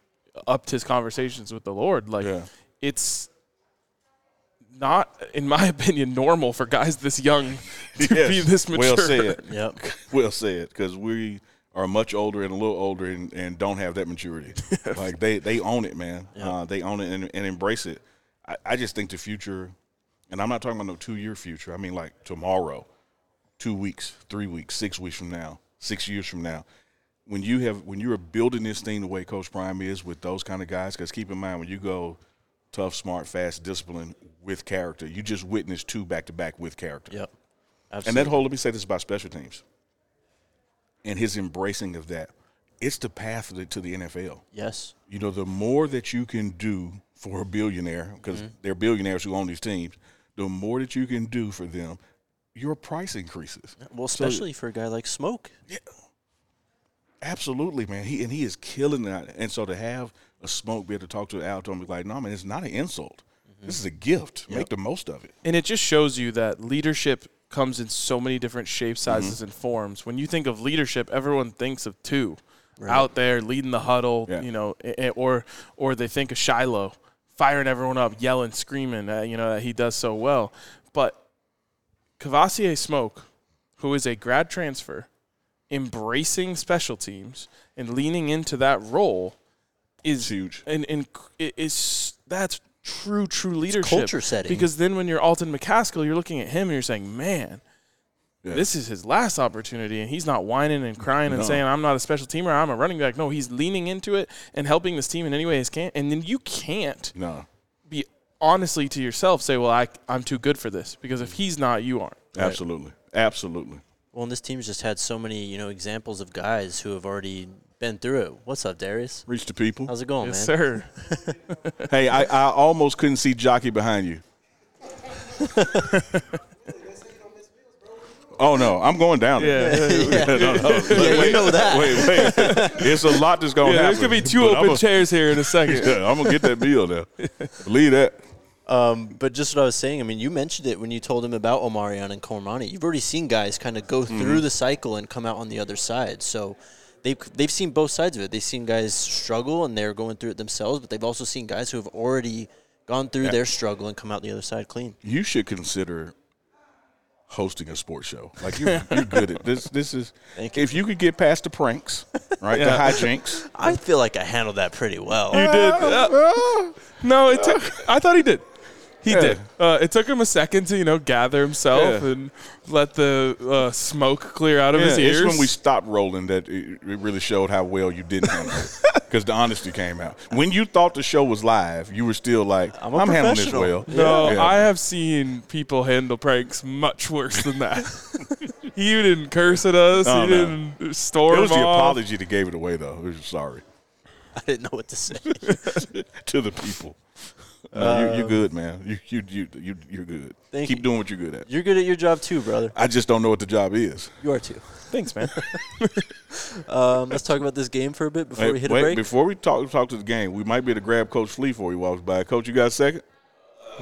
Speaker 2: upped his conversations with the Lord. Like,
Speaker 3: Yeah.
Speaker 2: it's not, in my opinion, normal for guys this young to be
Speaker 3: Yes.
Speaker 2: this mature.
Speaker 3: Well said.
Speaker 1: Yep.
Speaker 3: Well said. Because we are much older and a little older and, and don't have that maturity. like they they own it, man. Uh, they own it and, and embrace it. I, I just think the future, and I'm not talking about no two year future. I mean like tomorrow, two weeks, three weeks, six weeks from now, six years from now. When you have when you are building this thing the way Coach Prime is with those kind of guys, because keep in mind when you go tough, smart, fast, disciplined with character, you just witnessed two back to back with character.
Speaker 1: Yep.
Speaker 3: And
Speaker 1: Absolutely.
Speaker 3: that whole, let me say this about special teams and his embracing of that. It's the path to the, to the NFL.
Speaker 1: yes.
Speaker 3: You know, the more that you can do for a billionaire, because they're billionaires who own these teams, the more that you can do for them, your price increases.
Speaker 1: Well,
Speaker 3: So-
Speaker 1: especially for a guy like Smoke.
Speaker 3: Absolutely, man. He and he is killing that. And so to have a smoke be able to talk to Alto and be like, no, man, it's not an insult. This is a gift. Make the most of it.
Speaker 2: And it just shows you that leadership comes in so many different shapes, sizes, and forms. When you think of leadership, everyone thinks of two out there leading the huddle,
Speaker 3: Yeah.
Speaker 2: you know, a- a- or or they think of Shiloh firing everyone up, yelling, screaming, uh, you know, that he does so well. But Cavassier Smoke, who is a grad transfer, embracing special teams and leaning into that role is
Speaker 3: huge.
Speaker 2: and and it is that's true true leadership
Speaker 1: culture setting.
Speaker 2: because then when you're Alton McCaskill you're looking at him and you're saying man
Speaker 3: Yeah.
Speaker 2: this is his last opportunity and he's not whining and crying and
Speaker 3: No.
Speaker 2: saying I'm not a special teamer I'm a running back no he's leaning into it and helping this team in any way he can and then you can't
Speaker 3: No,
Speaker 2: be honestly to yourself say well I I'm too good for this because if he's not you aren't
Speaker 3: absolutely. Absolutely.
Speaker 1: Well, and this team's just had so many, you know, examples of guys who have already been through it. What's up, Darius?
Speaker 3: Reach the people.
Speaker 1: How's it going,
Speaker 2: yes
Speaker 1: man?
Speaker 2: sir
Speaker 3: Hey, I, I almost couldn't see Jockey behind you. oh no, I'm going down. there. No, no, no.
Speaker 1: Yeah, you know that.
Speaker 3: Wait, wait. It's a lot that's going to
Speaker 2: yeah,
Speaker 3: happen.
Speaker 2: there's gonna be two
Speaker 3: but
Speaker 2: open
Speaker 3: I'm
Speaker 2: chairs here in a second
Speaker 3: gonna, I'm gonna get that bill now. Believe that.
Speaker 1: But just what I was saying, I mean, you mentioned it when you told him about Omarion and Cormani. You've already seen guys kind of go through the cycle and come out on the other side. So they've, they've seen both sides of it. They've seen guys struggle and they're going through it themselves, but they've also seen guys who have already gone through their struggle and come out the other side clean.
Speaker 3: You should consider hosting a sports show. Like you, you're good at this. This is
Speaker 1: Thank
Speaker 3: if you could get past the pranks, right? The
Speaker 2: Yeah.
Speaker 3: hijinks.
Speaker 1: I feel like I handled that pretty well.
Speaker 2: You did. Uh, no, it took. I thought he did. He
Speaker 3: Yeah.
Speaker 2: did. Uh, it took him a second to you know gather himself
Speaker 3: Yeah.
Speaker 2: and let the uh, smoke clear out of
Speaker 3: Yeah,
Speaker 2: his ears.
Speaker 3: It's when we stopped rolling that it, it really showed how well you didn't handle it. Because the honesty came out. When you thought the show was live, you were still like, I'm,
Speaker 1: a
Speaker 3: handling this
Speaker 1: professional."
Speaker 3: well.
Speaker 2: no,
Speaker 3: Yeah.
Speaker 2: I have seen people handle pranks much worse than that. you didn't curse at us.
Speaker 3: Oh, No,
Speaker 2: you
Speaker 3: no.
Speaker 2: didn't store
Speaker 3: It was
Speaker 2: him
Speaker 3: the
Speaker 2: off.
Speaker 3: apology that gave it away, though. We're sorry
Speaker 1: I didn't know what to say.
Speaker 3: to the people. No, you, you're good, man. You, you, you, you, you're good.
Speaker 1: Uh, Thank
Speaker 3: Keep
Speaker 1: you.
Speaker 3: doing what you're good at.
Speaker 1: You're good at your job too, brother.
Speaker 3: I just don't know what the job is.
Speaker 1: You are too.
Speaker 2: Thanks, man.
Speaker 1: Um, let's talk about this game for a bit before
Speaker 3: Hey,
Speaker 1: we hit
Speaker 3: wait,
Speaker 1: a break.
Speaker 3: Before we talk talk to the game, we might be able to grab Coach Flea before he walks by. Coach, you got a second?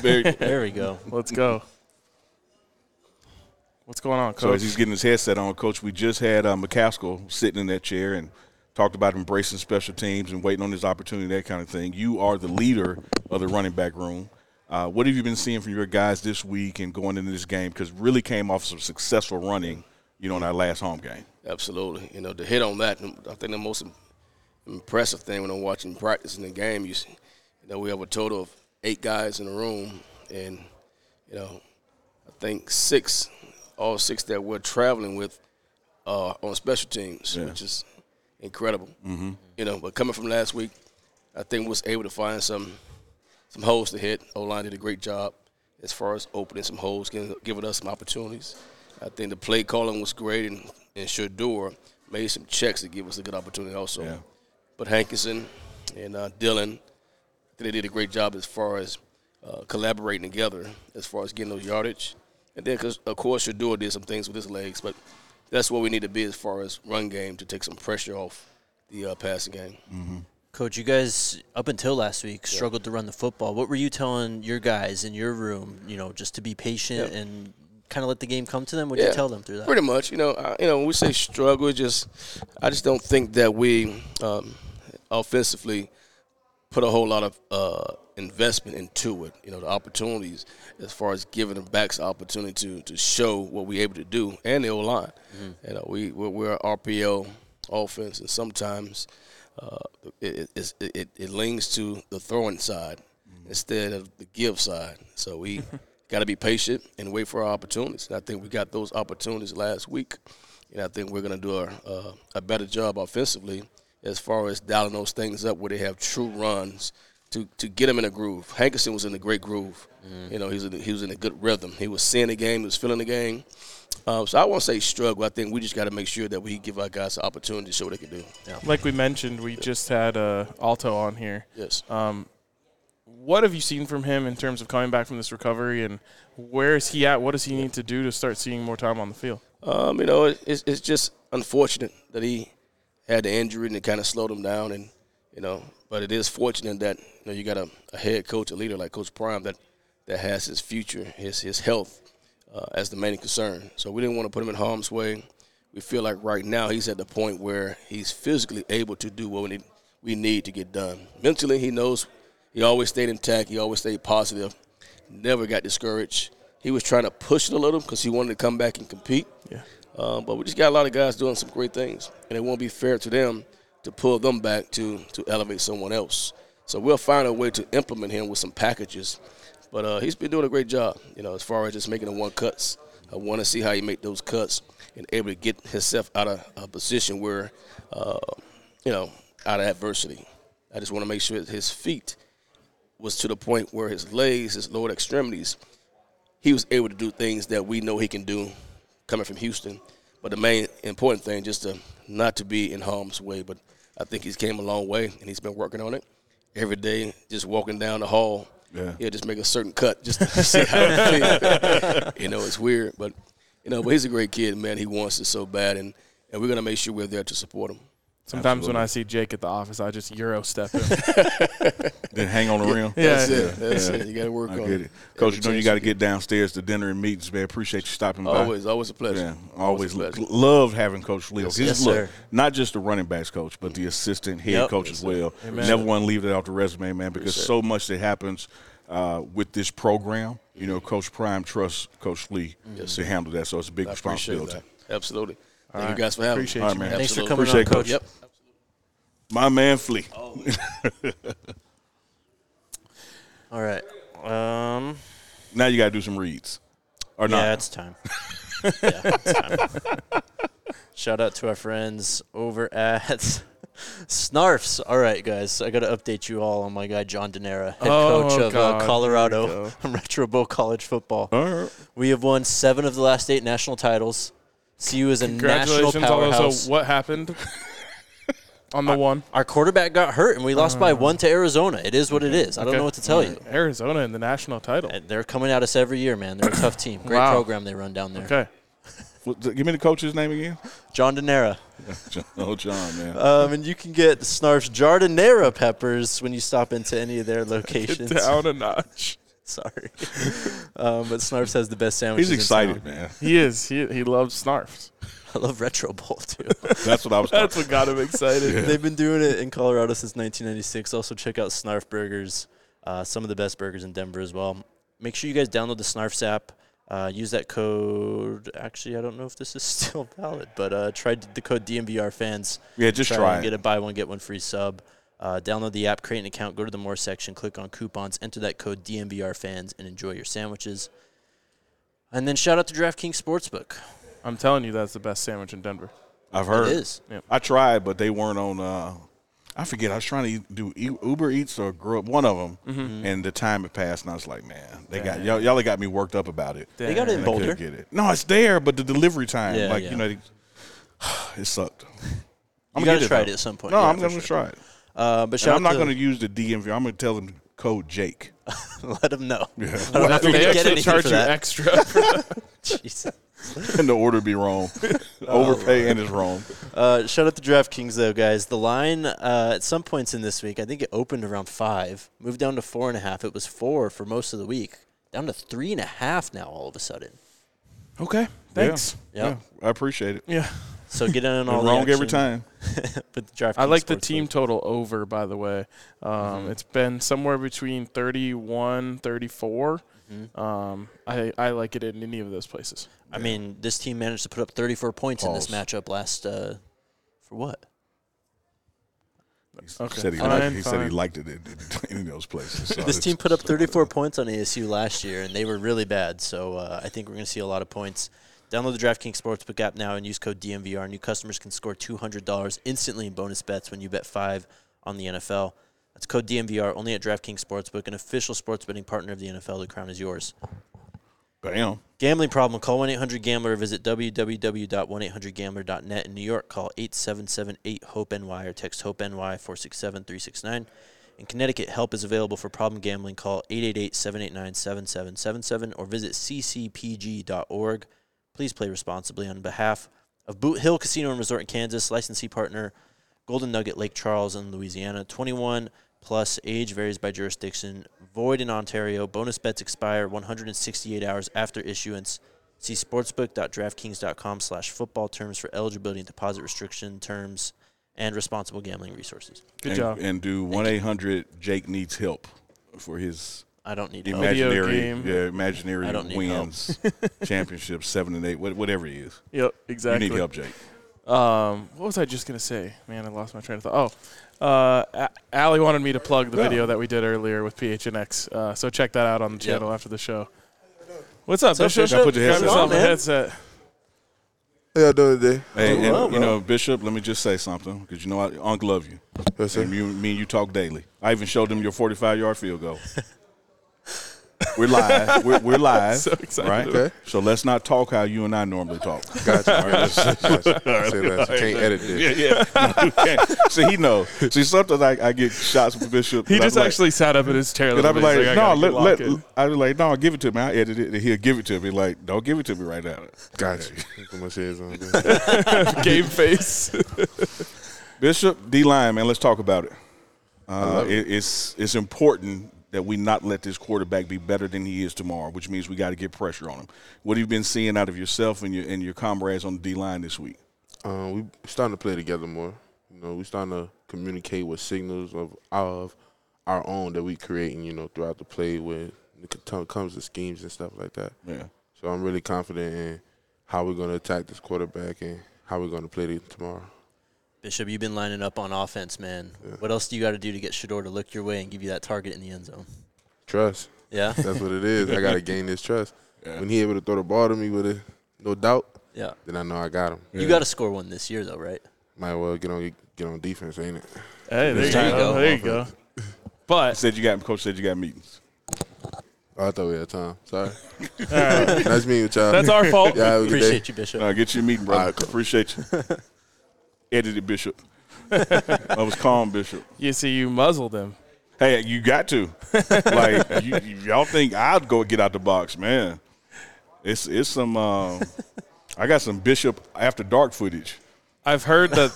Speaker 3: Very-
Speaker 1: there we go.
Speaker 2: Let's go. What's going on,
Speaker 3: So
Speaker 2: coach?
Speaker 3: as he's getting his headset on, Coach, we just had uh, McCaskill sitting in that chair and talked about embracing special teams and waiting on his opportunity, that kind of thing. You are the leader of the running back room. Uh, what have you been seeing from your guys this week and going into this game? Because really came off some successful running, you know, in our last home game.
Speaker 11: Absolutely. You know, to hit on that, I think the most im- impressive thing when I'm watching practice in the game, you see, you know, we have a total of eight guys in the room, and you know, I think six, all six that we're traveling with, are on special teams, which is incredible. Mm-hmm. You know, but coming from last week, I think we was able to find some some holes to hit. O line did a great job as far as opening some holes, giving, giving us some opportunities. I think the play calling was great, and, and Shador made some checks to give us a good opportunity also.
Speaker 3: Yeah.
Speaker 11: But Hankinson and uh, Dylan, I think they did a great job as far as uh, collaborating together, as far as getting those yardage. And then, 'cause, of course, Shador did some things with his legs, but that's what we need to be as far as run game to take some pressure off the uh, passing game.
Speaker 1: Coach, you guys up until last week struggled to run the football. What were you telling your guys in your room? You know, just to be patient
Speaker 11: Yeah.
Speaker 1: and kind of let the game come to them. What did you tell them through that?
Speaker 11: Pretty much, you know, I, you know, when we say struggle, it's just I just don't think that we um, offensively put a whole lot of uh, investment into it. You know, the opportunities as far as giving the backs the opportunity to to show what we're able to do, and the O line.
Speaker 1: Mm-hmm.
Speaker 11: You know, we we're, we're a RPO offense, and sometimes uh, it, it, it, it, it leans to the throwing side Mm-hmm. instead of the give side. So we got to be patient and wait for our opportunities. And I think we got those opportunities last week, and I think we're going to do a, uh, a better job offensively as far as dialing those things up where they have true runs to, to get them in a groove. Hankerson was in a great groove. You know, he was, in, he was in a good rhythm. He was seeing the game. He was feeling the game. Uh, so I won't say struggle. I think we just got to make sure that we give our guys the opportunity to show what they can do.
Speaker 2: like we mentioned, we just had uh, Alto on here.
Speaker 11: Yes.
Speaker 2: What have you seen from him in terms of coming back from this recovery, and where is he at? What does he need to do to start seeing more time on the field?
Speaker 11: Um, you know, it, it's, it's just unfortunate that he had the injury and it kind of slowed him down. And you know, but it is fortunate that you know you got a, a head coach, a leader like Coach Prime that that has his future, his his health uh, as the main concern. So we didn't want to put him in harm's way. We feel like right now he's at the point where he's physically able to do what we need, we need to get done. Mentally, he knows he always stayed intact. He always stayed positive. Never got discouraged. He was trying to push it a little because he wanted to come back and compete.
Speaker 2: Yeah.
Speaker 11: Um, but we just got a lot of guys doing some great things, and it won't be fair to them to pull them back to to elevate someone else. So we'll find a way to implement him with some packages. But uh, he's been doing a great job, you know, as far as just making the one cuts. I want to see how he make those cuts and able to get himself out of a position where, uh, you know, out of adversity. I just want to make sure that his feet was to the point where his legs, his lower extremities, he was able to do things that we know he can do coming from Houston. But the main important thing just to not to be in harm's way. But I think he's came a long way and he's been working on it every day. Just walking down the hall,
Speaker 3: Yeah.
Speaker 11: he'll just make a certain cut just to see how it feels. you know, it's weird, but you know, but he's a great kid, man. He wants it so bad, and and we're gonna make sure we're there to support him.
Speaker 2: Sometimes when
Speaker 3: Absolutely.
Speaker 2: I see Jake at the office, I just Euro step him.
Speaker 3: Then hang on the rim.
Speaker 2: Yeah,
Speaker 11: That's
Speaker 2: yeah.
Speaker 11: it. That's it. You gotta work
Speaker 3: I
Speaker 11: on
Speaker 3: get
Speaker 11: it.
Speaker 3: it. Coach,
Speaker 11: Every
Speaker 3: you know you
Speaker 11: chance
Speaker 3: got to
Speaker 11: you
Speaker 3: get downstairs to dinner and meetings, man. Appreciate you stopping by.
Speaker 11: Always, always a pleasure.
Speaker 3: Yeah,
Speaker 11: Always
Speaker 3: always,
Speaker 11: a pleasure.
Speaker 3: l- love having Coach Leo.
Speaker 11: Yes,
Speaker 3: His
Speaker 11: yes,
Speaker 3: look,
Speaker 11: sir.
Speaker 3: not just the running backs coach, but the assistant head
Speaker 11: Yep.
Speaker 3: coach as well.
Speaker 11: Amen.
Speaker 3: Never want to leave that off the resume, man, because
Speaker 11: Appreciate it.
Speaker 3: so much that happens uh, with this program. You know, Coach Prime trusts Coach Lee
Speaker 11: Yes,
Speaker 3: to handle that, so it's a big
Speaker 11: I appreciate
Speaker 3: responsibility.
Speaker 11: that. Absolutely.
Speaker 2: All
Speaker 11: Thank
Speaker 2: right.
Speaker 11: you guys for having
Speaker 2: Appreciate
Speaker 11: me.
Speaker 2: you, man. Thanks for
Speaker 11: Absolutely.
Speaker 2: coming
Speaker 3: Appreciate
Speaker 2: on,
Speaker 3: it,
Speaker 2: Coach.
Speaker 11: Yep.
Speaker 3: My man Flea.
Speaker 1: All right. Um,
Speaker 3: now you got to do some reads, or not?
Speaker 1: Yeah, it's time. yeah, it's time. Shout out to our friends over at Snarfs. All right, guys, I got to update you all on my guy John Danera, head
Speaker 2: Oh,
Speaker 1: coach of
Speaker 2: God.
Speaker 1: uh,
Speaker 2: Here we
Speaker 1: Colorado
Speaker 2: go.
Speaker 1: Retro Bowl College Football.
Speaker 3: All right.
Speaker 1: We have won seven of the last eight national titles. CU is a national
Speaker 2: Congratulations, also.
Speaker 1: powerhouse.
Speaker 2: What happened on the one?
Speaker 1: Our quarterback got hurt, and we lost by one to Arizona. It is what it is. I don't
Speaker 2: Okay.
Speaker 1: know what to tell you.
Speaker 2: Arizona in the national title.
Speaker 1: And They're coming at us every year, man. They're a tough team. Great
Speaker 2: Wow.
Speaker 1: program they run down there.
Speaker 2: Okay.
Speaker 3: What- Give me the coach's name again.
Speaker 1: John Danera.
Speaker 3: Oh, John, man.
Speaker 11: Uh,
Speaker 1: Um, and you can get Snarf's Jardinera peppers when you stop into any of their locations.
Speaker 2: Down a notch.
Speaker 1: Sorry. um, but Snarf's has the best sandwiches.
Speaker 3: He's
Speaker 1: in
Speaker 3: excited,
Speaker 1: town.
Speaker 3: man.
Speaker 2: He is. He, he loves snarfs.
Speaker 1: I love Retro Bowl, too.
Speaker 3: That's what I was.
Speaker 2: That's what got him excited.
Speaker 1: They've been doing it in Colorado since 1996. Also, check out Snarf Burgers, uh, some of the best burgers in Denver as well. Make sure you guys download the Snarfs app. Uh, use that code. Actually, I don't know if this is still valid, but uh, try d- the code DMVR fans.
Speaker 3: Yeah, just
Speaker 1: try
Speaker 3: try
Speaker 1: and
Speaker 3: it.
Speaker 1: get a buy one get one free sub. Uh, download the app, create an account, go to the more section, click on coupons, enter that code DMVR fans, and enjoy your sandwiches. And then shout out to DraftKings Sportsbook.
Speaker 2: I'm telling you, that's the best sandwich in Denver.
Speaker 3: I've heard.
Speaker 1: is.
Speaker 2: Yep.
Speaker 3: I tried, but they weren't on. Uh, I forget. I was trying to eat- do E- Uber Eats or Grub, one of them,
Speaker 1: Mm-hmm.
Speaker 3: and the time had passed, and I was like, man, they got y'all, y'all got me worked up about it.
Speaker 1: They got it in
Speaker 3: And I couldn't
Speaker 1: Boulder.
Speaker 3: Get it. No, it's there, but the delivery time,
Speaker 1: Yeah,
Speaker 3: like
Speaker 1: yeah.
Speaker 3: you know, they, it sucked. I'm
Speaker 1: You
Speaker 3: gonna
Speaker 1: gotta
Speaker 3: get
Speaker 1: try it
Speaker 3: though.
Speaker 1: at some point.
Speaker 3: No,
Speaker 1: Yeah,
Speaker 3: I'm
Speaker 1: for
Speaker 3: gonna
Speaker 1: sure.
Speaker 3: try it.
Speaker 1: Uh, but
Speaker 3: And
Speaker 1: shout
Speaker 3: I'm not
Speaker 1: out
Speaker 3: gonna use the DMV. I'm gonna tell them code Jake.
Speaker 1: to let them know. I don't know
Speaker 2: Well,
Speaker 1: if you're
Speaker 2: they
Speaker 1: gonna get
Speaker 2: actually
Speaker 1: anything
Speaker 2: charge
Speaker 1: for
Speaker 2: you
Speaker 1: that.
Speaker 2: extra.
Speaker 1: Jeez.
Speaker 3: and the order be wrong,
Speaker 1: Oh,
Speaker 3: overpay and it's wrong.
Speaker 1: Uh, shout out to DraftKings though, guys. The line uh, at some points in this week, I think it opened around five, moved down to four and a half. It was four for most of the week, down to three and a half now. All of a sudden,
Speaker 2: okay. Thanks.
Speaker 3: Yeah,
Speaker 1: Yep.
Speaker 3: I appreciate it.
Speaker 2: Yeah.
Speaker 1: so get in on
Speaker 3: Been
Speaker 1: all the
Speaker 3: wrong every
Speaker 1: action
Speaker 3: time.
Speaker 1: With the DraftKings
Speaker 2: I like the
Speaker 1: Sportsbook.
Speaker 2: team total over, by the way. Um,
Speaker 3: Mm-hmm.
Speaker 2: It's been somewhere between 31, 34.
Speaker 3: Mm-hmm.
Speaker 2: Um, I, I like it in any of those places.
Speaker 1: I mean, this team managed to put up 34 points in this
Speaker 3: Pause.
Speaker 1: matchup last uh, for what?
Speaker 3: He
Speaker 2: Okay.
Speaker 3: said he,
Speaker 2: Fine,
Speaker 3: liked, he said he
Speaker 2: fine.
Speaker 3: liked it in, in any of those places. So
Speaker 1: This
Speaker 3: it's-
Speaker 1: team put up 34 points on ASU last year, and they were really bad. So uh, I think we're going to see a lot of points. Download the DraftKings Sportsbook app now and use code DMVR. New customers can score $200 instantly in bonus bets when you bet five on the NFL. That's code DMVR only at DraftKings Sportsbook, an official sports betting partner of the NFL. The crown is yours.
Speaker 3: Bam.
Speaker 1: Gambling problem, call 1 800 Gambler. Visit www.1800Gambler.net in New York. Call 877 8 HOPE NY E or text HOPE NY 467 369. In Connecticut, help is available for problem gambling. Call 888 789 7777 or visit ccpg.org. Please play responsibly on behalf of Boot Hill Casino and Resort in Kansas, licensee partner Golden Nugget Lake Charles in Louisiana. 21 plus age varies by jurisdiction. Void in Ontario. Bonus bets expire 168 hours after issuance. See sportsbook.draftkings.com slash football terms for eligibility and deposit restriction terms and responsible gambling resources.
Speaker 2: Good
Speaker 3: and,
Speaker 2: job.
Speaker 3: And do one eight hundred Jake needs help for his
Speaker 1: I don't need help.
Speaker 2: Video
Speaker 3: imaginary
Speaker 2: game.
Speaker 3: yeah, imaginary
Speaker 1: I don't need
Speaker 3: wins championship seven and eight, what- whatever it is.
Speaker 2: Yep, exactly.
Speaker 3: You need help, Jake.
Speaker 2: Um, what was I just gonna say? Man, I lost my train of thought. Oh, uh, A- Allie wanted me to plug the
Speaker 3: Yeah.
Speaker 2: video that we did earlier with PHNX. Uh, so check that out on the
Speaker 1: Yep.
Speaker 2: channel after the show. What's up,
Speaker 1: What's up,
Speaker 2: Bishop?
Speaker 1: Bishop?
Speaker 3: Put your
Speaker 2: Grab
Speaker 3: headset
Speaker 2: yourself
Speaker 1: on,
Speaker 2: a
Speaker 1: man.
Speaker 2: headset.
Speaker 10: How y'all doing today?
Speaker 3: Hey, and,
Speaker 1: well,
Speaker 3: you know, Bishop, let me just say something because you know I Unc love you.
Speaker 10: Yes, sir.
Speaker 3: And you, me and you talk daily. I even showed him your forty-five yard field goal. We're live. We're, we're live.
Speaker 2: So excited
Speaker 3: Right.
Speaker 10: Okay.
Speaker 3: So let's not talk how you and I normally talk.
Speaker 10: Gotcha. All right, let's- let's- let's say that. You can't edit this.
Speaker 3: Yeah, yeah. You can't. See, he knows. See, sometimes I, I get shots from Bishop.
Speaker 2: He
Speaker 3: and
Speaker 2: just
Speaker 3: I'm like-
Speaker 2: actually sat up in his chair. a
Speaker 3: And
Speaker 2: little
Speaker 3: I'd be
Speaker 2: bit. He's
Speaker 3: like,
Speaker 2: I
Speaker 3: no,
Speaker 2: gotta
Speaker 3: let,
Speaker 2: get
Speaker 3: let,
Speaker 2: locked in."
Speaker 3: I'd be like, no, give it to me. I edit it, and he'll give it to me. Like, don't give it to me right now.
Speaker 10: Gotcha. Put my shades on.
Speaker 2: game face.
Speaker 3: Bishop D line, man. Let's talk about it.
Speaker 10: I
Speaker 3: Uh,
Speaker 10: love
Speaker 3: it, It's it's important that we not let this quarterback be better than he is tomorrow, which means we got to get pressure on him. What have you been seeing out of yourself and your and your comrades on the D line this week?
Speaker 10: Um, we starting to play together more. You know, we starting to communicate with signals of of our own that we creating. You know, throughout the play when it co- comes to schemes and stuff like that.
Speaker 3: Yeah.
Speaker 10: So I'm really confident in how we're going to attack this quarterback and how we're going to play it tomorrow.
Speaker 1: Bishop, you've been lining up on offense, man. What else do you got to do to get Shador to look your way and give you that target in the end zone?
Speaker 10: Trust.
Speaker 1: Yeah.
Speaker 10: That's what it is. I got to gain this trust. When he able to throw the ball to me with a no doubt.
Speaker 1: Yeah.
Speaker 10: Then I know I got him.
Speaker 1: You got to score one this year, though, right?
Speaker 10: Might well get on get on defense, ain't it?
Speaker 2: Hey, there
Speaker 10: This
Speaker 2: you
Speaker 10: time.
Speaker 2: go. There you go. But
Speaker 3: said you got coach said you got meetings.
Speaker 10: Oh, I thought we had time. Sorry.
Speaker 3: right.
Speaker 10: nice meeting with y'all.
Speaker 3: That's our fault.
Speaker 10: Yeah, have a good day.
Speaker 3: Uh, get you a meeting, brother. Appreciate you. Edited Bishop. I was calm, Bishop.
Speaker 2: You see, you muzzled him.
Speaker 3: Hey, you got to. like you, y'all think I'd go get out the box, man. It's it's some. Um, I got some Bishop after dark footage.
Speaker 2: I've heard that.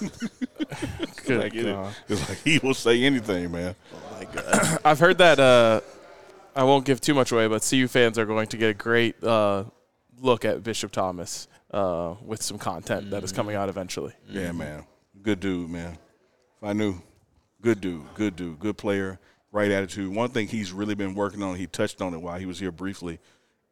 Speaker 2: Good
Speaker 3: like it-
Speaker 2: God.
Speaker 3: it's like he will say anything, man. Oh my god.
Speaker 2: I've heard that. Uh, I won't give too much away, but CU fans are going to get a great uh, look at Bishop Thomas uh, with some content that is coming out eventually.
Speaker 3: Yeah, man. Good dude, man. If I knew, good dude, good dude, good player, right attitude. One thing he's really been working on, he touched on it while he was here briefly,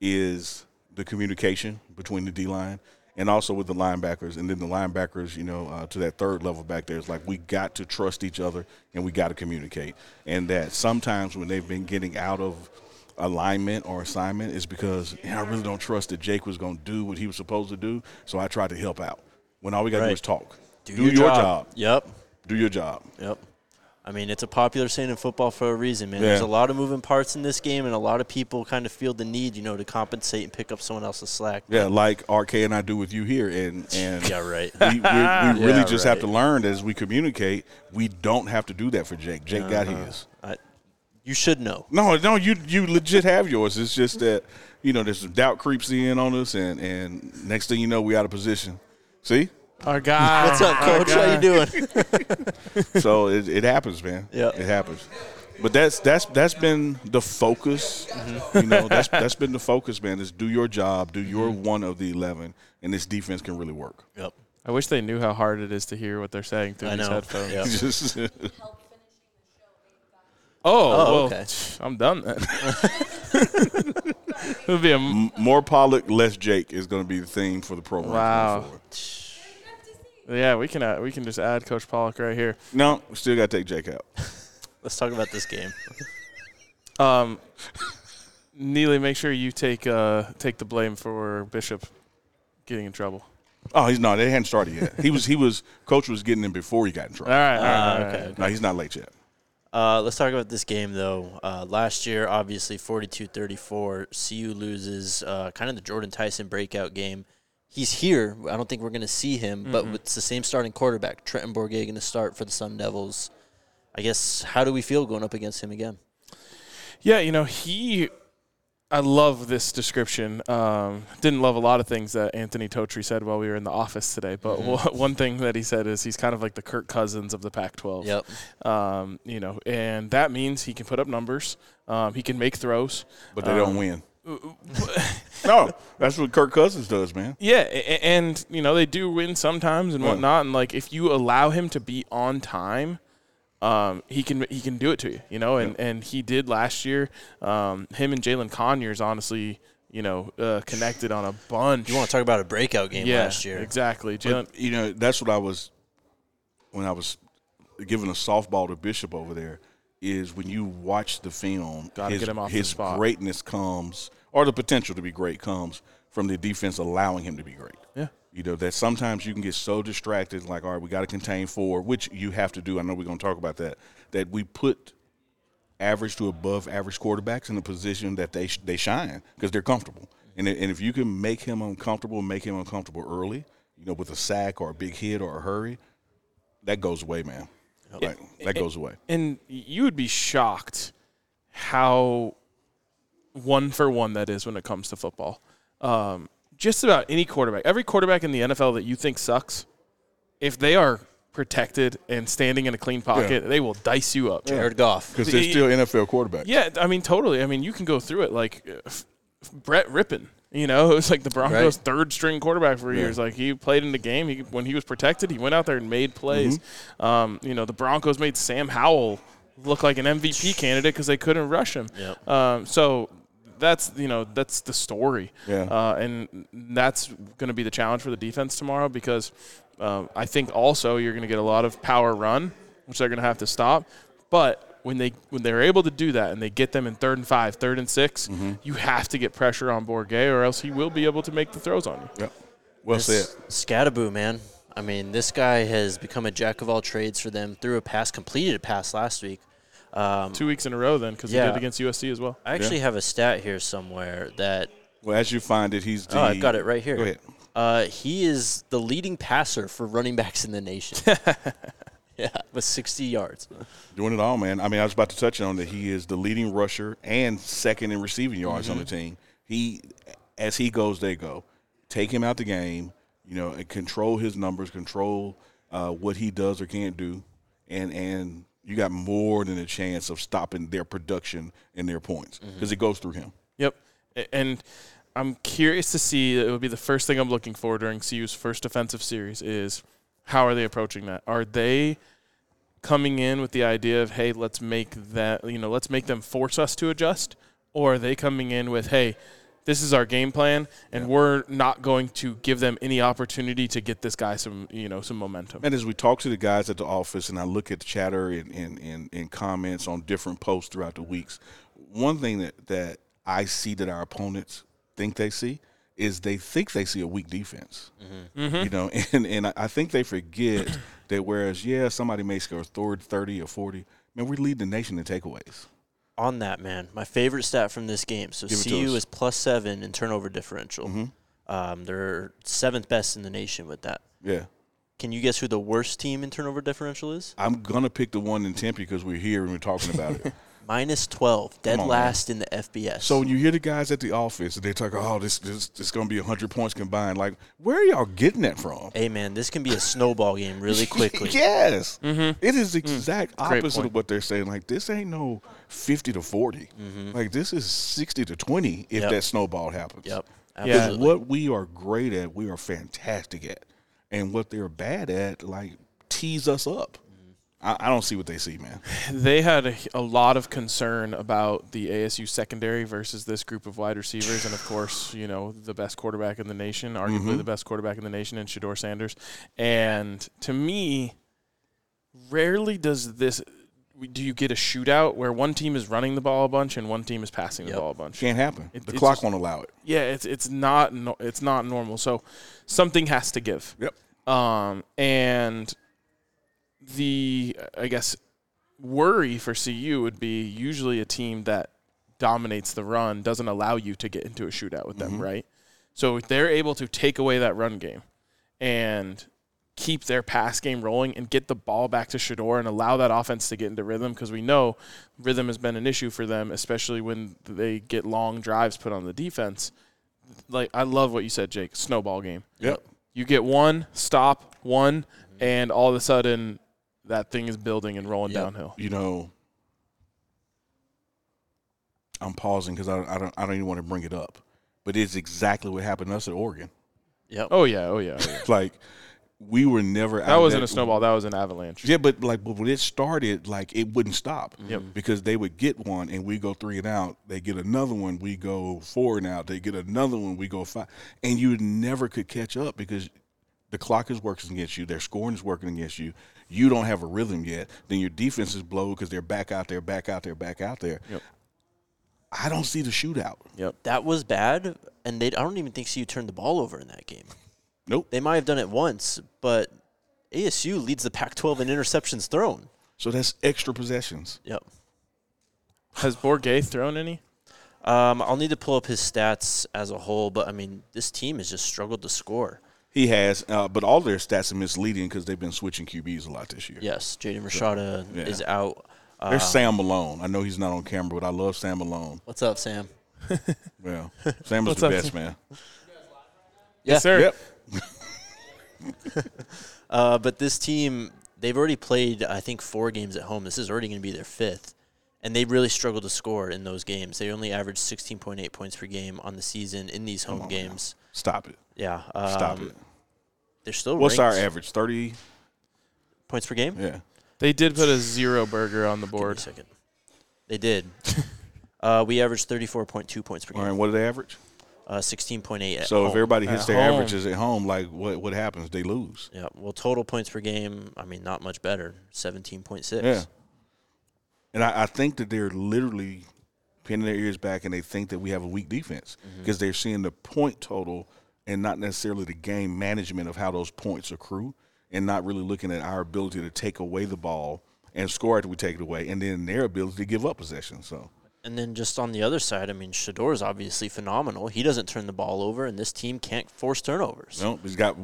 Speaker 3: is the communication between the D line and also with the linebackers. And then the linebackers, you know, uh, to that third level back there, it's like we got to trust each other and we got to communicate. And that sometimes when they've been getting out of alignment or assignment, it's because "Yeah, I really don't trust that Jake was going to do what he was supposed to do. So I tried to help out when all we got to do
Speaker 1: Right.
Speaker 3: is talk.
Speaker 1: Do
Speaker 3: Do,
Speaker 1: your
Speaker 3: your,
Speaker 1: job.
Speaker 3: job.
Speaker 1: Yep.
Speaker 3: Do your job.
Speaker 1: Yep. I mean, it's a popular saying in football for a reason, man.
Speaker 3: Yeah.
Speaker 1: There's a lot of moving parts in this game, and a lot of people kind of feel the need, you know, to compensate and pick up someone else's slack.
Speaker 3: Yeah, like RK and I do with you here, and and
Speaker 1: Yeah, right.
Speaker 3: We, we're- we really
Speaker 1: Yeah,
Speaker 3: just
Speaker 1: right.
Speaker 3: have to learn as we communicate. We don't have to do that for Jake. Jake got
Speaker 1: Uh-huh.
Speaker 3: his.
Speaker 1: I, you should know.
Speaker 3: No, no, you you legit have yours. It's just that you know there's some doubt creeps in on us, and and next thing you know, we out of position. See,
Speaker 2: Our guy.
Speaker 1: What's
Speaker 9: Oh
Speaker 1: up,
Speaker 2: our
Speaker 1: coach? How you
Speaker 2: guy.
Speaker 1: doing?
Speaker 3: so it, it happens, man. Yeah, it happens. But that's that's that's been the focus.
Speaker 1: Mm-hmm.
Speaker 3: You know, that's that's been the focus, man. Is do your job, do your
Speaker 1: Mm-hmm.
Speaker 3: one of the eleven, and this defense can really work.
Speaker 1: Yep.
Speaker 2: I wish they knew how hard it is to hear what they're saying through
Speaker 1: I
Speaker 2: these
Speaker 1: know.
Speaker 2: headphones.
Speaker 1: Yep. Just-
Speaker 2: Oh,
Speaker 1: Oh,
Speaker 2: well,
Speaker 1: okay.
Speaker 2: I'm done then. it would be a
Speaker 3: M- more Pollock, less Jake is going to be the theme for the program.
Speaker 2: wow. Yeah, we can uh, we can just add Coach Pollock right here.
Speaker 3: No, we still got to take Jake out.
Speaker 1: Let's talk about this game.
Speaker 2: Um, Neely, make sure you take uh, take the blame for Bishop getting in trouble.
Speaker 3: Oh, he's not. They hadn't started yet. He was. He was. Coach was getting him before he got in trouble.
Speaker 2: All right, all
Speaker 1: right, all right, all right.
Speaker 3: No, he's not late yet.
Speaker 1: Uh, let's talk about this game, though. Uh, last year, obviously, 42 34, CU loses uh, kind of the Jordan Tyson breakout game. He's here. I don't think we're going to see him, but
Speaker 2: Mhm.
Speaker 1: it's the same starting quarterback. Trenton Bourget going to start for the Sun Devils. I guess, how do we feel going up against him again?
Speaker 2: Yeah, you know, he. I love this description. Um, didn't love a lot of things that Anthony Totri said while we were in the office today, but
Speaker 1: Mhm.
Speaker 2: one- one thing that he said is he's kind of like the Kirk Cousins of the Pac-12. Yep. Um, you know, and that means he can put up numbers. Um, he can make throws,
Speaker 3: But they don't
Speaker 2: Um,
Speaker 3: win.
Speaker 2: uh,
Speaker 3: no, that's what Kirk Cousins does, man.
Speaker 2: Yeah, a- a- and you know they do win sometimes and
Speaker 3: Yeah.
Speaker 2: whatnot, and like if you allow him to be on time, um, he can he can do it to you, you know, and and he did last year. Um, him and Jalen Conyers, honestly, you know, uh, connected on a bunch.
Speaker 1: You want to talk about a breakout game
Speaker 2: Yeah,
Speaker 1: last year?
Speaker 2: exactly. Jalen,
Speaker 3: But, you know, that's what I was when I was giving a softball to Bishop over there. Is when you watch the film,
Speaker 2: Gotta
Speaker 3: his,
Speaker 2: get him off the
Speaker 3: his
Speaker 2: spot.
Speaker 3: greatness comes, or the potential to be great comes from the defense allowing him to be great.
Speaker 2: Yeah.
Speaker 3: You know, that sometimes you can get so distracted, like, all right, we got to contain four, which you have to do. I know we're going to talk about that, that we put average to above average quarterbacks in a position that they sh- they shine because they're comfortable. And, i- and if you can make him uncomfortable, make him uncomfortable early, you know, with a sack or a big hit or a hurry, that goes away, man. Like, that goes away.
Speaker 2: and you would be shocked how one for one that is when it comes to football. Um, just about any quarterback, every quarterback in the NFL that you think sucks, if they are protected and standing in a clean pocket, they will dice you up.
Speaker 1: Jared Goff.
Speaker 3: because they're
Speaker 2: Yeah,
Speaker 3: still NFL quarterbacks.
Speaker 2: Yeah, I mean, totally. I mean, you can go through it like uh, f- Brett Rippin. You know, it was like the Broncos'
Speaker 1: Right.
Speaker 2: third string quarterback for
Speaker 1: Yeah.
Speaker 2: years. Like he played in the game. He when he was protected, he went out there and made plays.
Speaker 1: Mm-hmm.
Speaker 2: Um, you know, the Broncos made Sam Howell look like an MVP candidate because they couldn't rush him.
Speaker 1: Yep.
Speaker 2: Um, so that's you know that's the story.
Speaker 3: Yeah.
Speaker 2: Uh, and that's going to be the challenge for the defense tomorrow because um, I think also you're going to get a lot of power run, which they're going to have to stop. But when they when they're able to do that and they get them in third and five, third and 6 you have to get pressure on Bourget or else he will be able to make the throws on you.
Speaker 3: Yep. Well
Speaker 2: This-
Speaker 3: said.
Speaker 1: Scadaboo, man. I mean, this guy has become a jack of all trades for them. Threw a pass, completed a pass last week. Um,
Speaker 2: Two weeks in a row then because he
Speaker 1: Yeah.
Speaker 2: did against USC as well.
Speaker 1: I actually have a stat here somewhere that
Speaker 3: Well, as you find it, he's. The,
Speaker 1: oh, I got it right here.
Speaker 3: Go ahead.
Speaker 1: Uh, he is the leading passer for running backs in the nation. yeah, with 60 yards.
Speaker 3: Doing it all, man. I mean, I was about to touch on that. He is the leading rusher and second in receiving yards on the
Speaker 1: Mm-hmm.
Speaker 3: team. He, as he goes, they go. Take him out the game, you know, and control his numbers, control uh, what he does or can't do, and and you got more than a chance of stopping their production and their points because
Speaker 1: Mm-hmm.
Speaker 3: it goes through him.
Speaker 2: Yep. A- And I'm curious to see. It would be the first thing I'm looking for during CU's first offensive series is how are they approaching that? Are they coming in with the idea of hey, let's make that you know let's make them force us to adjust, or are they coming in with hey, this is our game plan and we're not going to give them any opportunity to get this guy some you know some momentum.
Speaker 3: And as we talk to the guys at the office and I look at the chatter and, and, and, and comments on different posts throughout the weeks, one thing that, that I see that our opponents think they see is they think they see a weak defense.
Speaker 2: Mhm.
Speaker 3: You know, and, and I- I think they forget that whereas, yeah, somebody may score third 30 or 40, man, we lead the nation in takeaways.
Speaker 1: On that, man, my favorite stat from this game. So
Speaker 3: Give it to
Speaker 1: CU
Speaker 3: us. Mm-hmm.
Speaker 1: is plus seven in turnover differential. Um, they're seventh best in the nation with that.
Speaker 3: Yeah.
Speaker 1: Can you guess who the worst team in turnover differential is?
Speaker 3: I'm going to pick the one in Tempe because we're here and we're talking about it.
Speaker 1: Minus 12, dead
Speaker 3: on, man.
Speaker 1: last in the FBS.
Speaker 3: So when you hear the guys at the office, they talk, oh, this this, this going to be 100 points combined. Like, where are y'all getting that from?
Speaker 1: hey, man, this can be a snowball game really quickly.
Speaker 3: Yes. It is the exact
Speaker 2: Mm-hmm. Mm. Great
Speaker 3: opposite
Speaker 2: point.
Speaker 3: of what they're saying. Like, this ain't no 50 to 40.
Speaker 2: Mm-hmm.
Speaker 3: Like, this is 60 to 20 if
Speaker 1: Yep.
Speaker 3: that snowball happens.
Speaker 1: Yep.
Speaker 3: Because
Speaker 2: Absolutely.
Speaker 3: what we are great at, we are fantastic at. And what they're bad at, like, tease us up.
Speaker 2: Mm-hmm.
Speaker 3: I, I don't see what they see, man.
Speaker 2: they had a, a lot of concern about the ASU secondary versus this group of wide receivers, and of course, you know the best quarterback in the nation, arguably
Speaker 3: Mhm.
Speaker 2: the best quarterback in the nation, in Shador Sanders. And to me, rarely does this do you get a shootout where one team is running the ball a bunch and one team is passing the ball a bunch.
Speaker 3: Can't happen.
Speaker 2: It-
Speaker 3: the
Speaker 2: it's
Speaker 3: clock
Speaker 2: just-
Speaker 3: won't allow it.
Speaker 2: Yeah, it's it's not no, it's not normal. So something has to give. Yep. Um, and the I guess worry for CU would be usually a team that dominates the run doesn't allow you to get into a shootout with them, right? So if they're able to take away that run game and keep their pass game rolling and get the ball back to Shador and allow that offense to get into rhythm because we know rhythm has been an issue for them, especially when they get long drives put on the defense. Like I love what you said, Jake. Snowball game.
Speaker 3: Yep.
Speaker 2: You get one stop, one, and all of a sudden that thing is building and rolling
Speaker 1: Mm-hmm. Yep.
Speaker 2: downhill.
Speaker 3: You know, I'm pausing because I, I, don't, I don't even want to bring it up. But it's exactly what happened to us at Oregon.
Speaker 1: Yep.
Speaker 2: Oh yeah, oh yeah. Oh, yeah.
Speaker 3: like we were never
Speaker 2: that wasn't a snowball. That was an avalanche.
Speaker 3: yeah but like but when it started like it wouldn't stop
Speaker 2: Yep.
Speaker 3: because they would get one and we go three and out they get another one we go four and out they get another one we go five and you never could catch up because the clock is working against you their scoring is working against you you don't have a rhythm yet then your defense is blown because they're back out there back out there back out there
Speaker 2: Yep.
Speaker 3: i don't see the shootout
Speaker 2: Yep.
Speaker 1: that was bad, and they I don't even think CU turned the ball over in that game.
Speaker 3: Nope.
Speaker 1: They might have done it once, but ASU leads the Pac-12 in interceptions thrown.
Speaker 3: so that's extra possessions
Speaker 1: Yep.
Speaker 2: Has Borgay thrown any?
Speaker 1: Um, I'll need to pull up his stats as a whole, but I mean, this team has just struggled to score.
Speaker 3: he has uh, but all their stats are misleading because they've been switching qb's a lot this year
Speaker 1: Yes, Jaden Rashada
Speaker 3: yeah.
Speaker 1: is out. Uh,
Speaker 3: There's Sam Malone. I know he's not on camera, but I love Sam Malone.
Speaker 1: What's up, Sam?
Speaker 3: Well, Sam is
Speaker 2: What's
Speaker 3: the
Speaker 2: up,
Speaker 3: best,
Speaker 2: Sam?
Speaker 3: man.
Speaker 1: Yeah.
Speaker 2: Yes, sir.
Speaker 3: Yep.
Speaker 1: Uh, but this team, They've already played, I think, four games at home. This is already going to be their fifth, and they really struggled to score in those games. They only averaged 16.8 points per game on the season in these home
Speaker 3: Come on, man.
Speaker 1: games.
Speaker 3: Stop it.
Speaker 1: Yeah,
Speaker 3: Stop
Speaker 1: um,
Speaker 3: it.
Speaker 1: They're still.
Speaker 3: What's our
Speaker 1: ranked-
Speaker 3: average? Thirty
Speaker 1: points per game?
Speaker 3: Yeah.
Speaker 2: They did put a zero burger on the
Speaker 1: Give me a
Speaker 2: board.
Speaker 1: second. They did. uh, we averaged 34.2 points per game.
Speaker 3: All right, what did they average?
Speaker 1: Uh, 16.8. At
Speaker 3: So if
Speaker 1: home.
Speaker 3: everybody hits their averages at home, like what what happens? They lose.
Speaker 1: Yeah. Well, total points per game. I mean, not much better. 17.6.
Speaker 3: Yeah. And I, I think that they're literally pinning their ears back and they think that we have a weak defense because they're seeing the point total and not necessarily the game management of how those points accrue and not really looking at our ability to take away the ball and score after we take it away and then their ability to give up possession. So
Speaker 1: And then just on the other side, I mean, Shador's obviously phenomenal. He doesn't turn the ball over, and this team can't force turnovers.
Speaker 3: no, he's got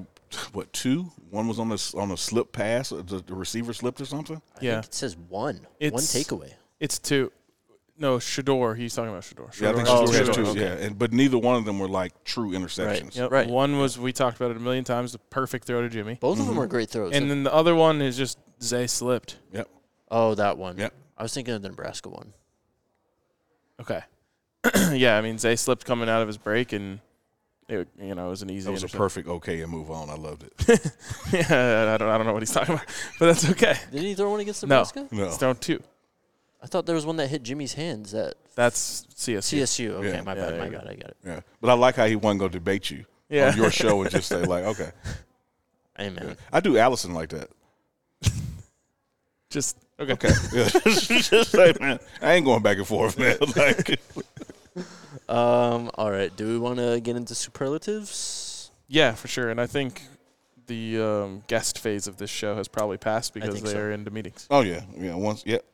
Speaker 3: what two? One was on this on a slip pass, uh, the, the receiver slipped or something.
Speaker 1: I think it says one. one
Speaker 2: It's-
Speaker 1: takeaway.
Speaker 2: It's two. No, Shador. He's talking about Shador.
Speaker 3: Yeah, I think
Speaker 2: Shador.
Speaker 3: Shador has two.
Speaker 2: okay.
Speaker 3: Yeah, and, but neither one of them were like true interceptions.
Speaker 2: Yep. One was we talked about it a million times. The perfect throw to Jimmy.
Speaker 1: Both
Speaker 3: Mm-hmm.
Speaker 1: of them Mhm. were great throws.
Speaker 2: And then the other one is just Zay slipped.
Speaker 3: Yep.
Speaker 1: Oh, that one.
Speaker 3: Yep.
Speaker 1: I was thinking of the Nebraska one.
Speaker 2: Okay. yeah, I mean Zay slipped coming out of his break, and it you know it was an easy.
Speaker 3: That was a
Speaker 2: intercept-
Speaker 3: perfect okay and move on. I loved it.
Speaker 2: yeah, I don't, I don't know what he's talking about, but that's okay.
Speaker 1: Did he throw one against
Speaker 2: No,
Speaker 1: Nebraska?
Speaker 3: No.
Speaker 2: he's thrown two.
Speaker 1: I thought there was one that hit Jimmy's hands. That
Speaker 2: That's CSU.
Speaker 1: CSU. Okay,
Speaker 3: Yeah.
Speaker 1: my
Speaker 2: Yeah,
Speaker 1: bad.
Speaker 2: there
Speaker 1: my
Speaker 2: you go.
Speaker 1: bad. I got it.
Speaker 3: yeah, but I like how he wasn't going to debate you
Speaker 2: Yeah.
Speaker 3: on your show and just say like, okay,
Speaker 1: Amen.
Speaker 3: Yeah. I do Allison like that.
Speaker 2: Just okay.
Speaker 3: Okay, yeah. just say, man, I ain't going back and forth, man. like,
Speaker 1: Um. All right. Do we want to get into superlatives?
Speaker 2: Yeah, for sure. And I think the um, guest phase of this show has probably passed because
Speaker 1: think
Speaker 2: they
Speaker 1: so.
Speaker 2: are into meetings.
Speaker 3: oh yeah, yeah. Once, yep.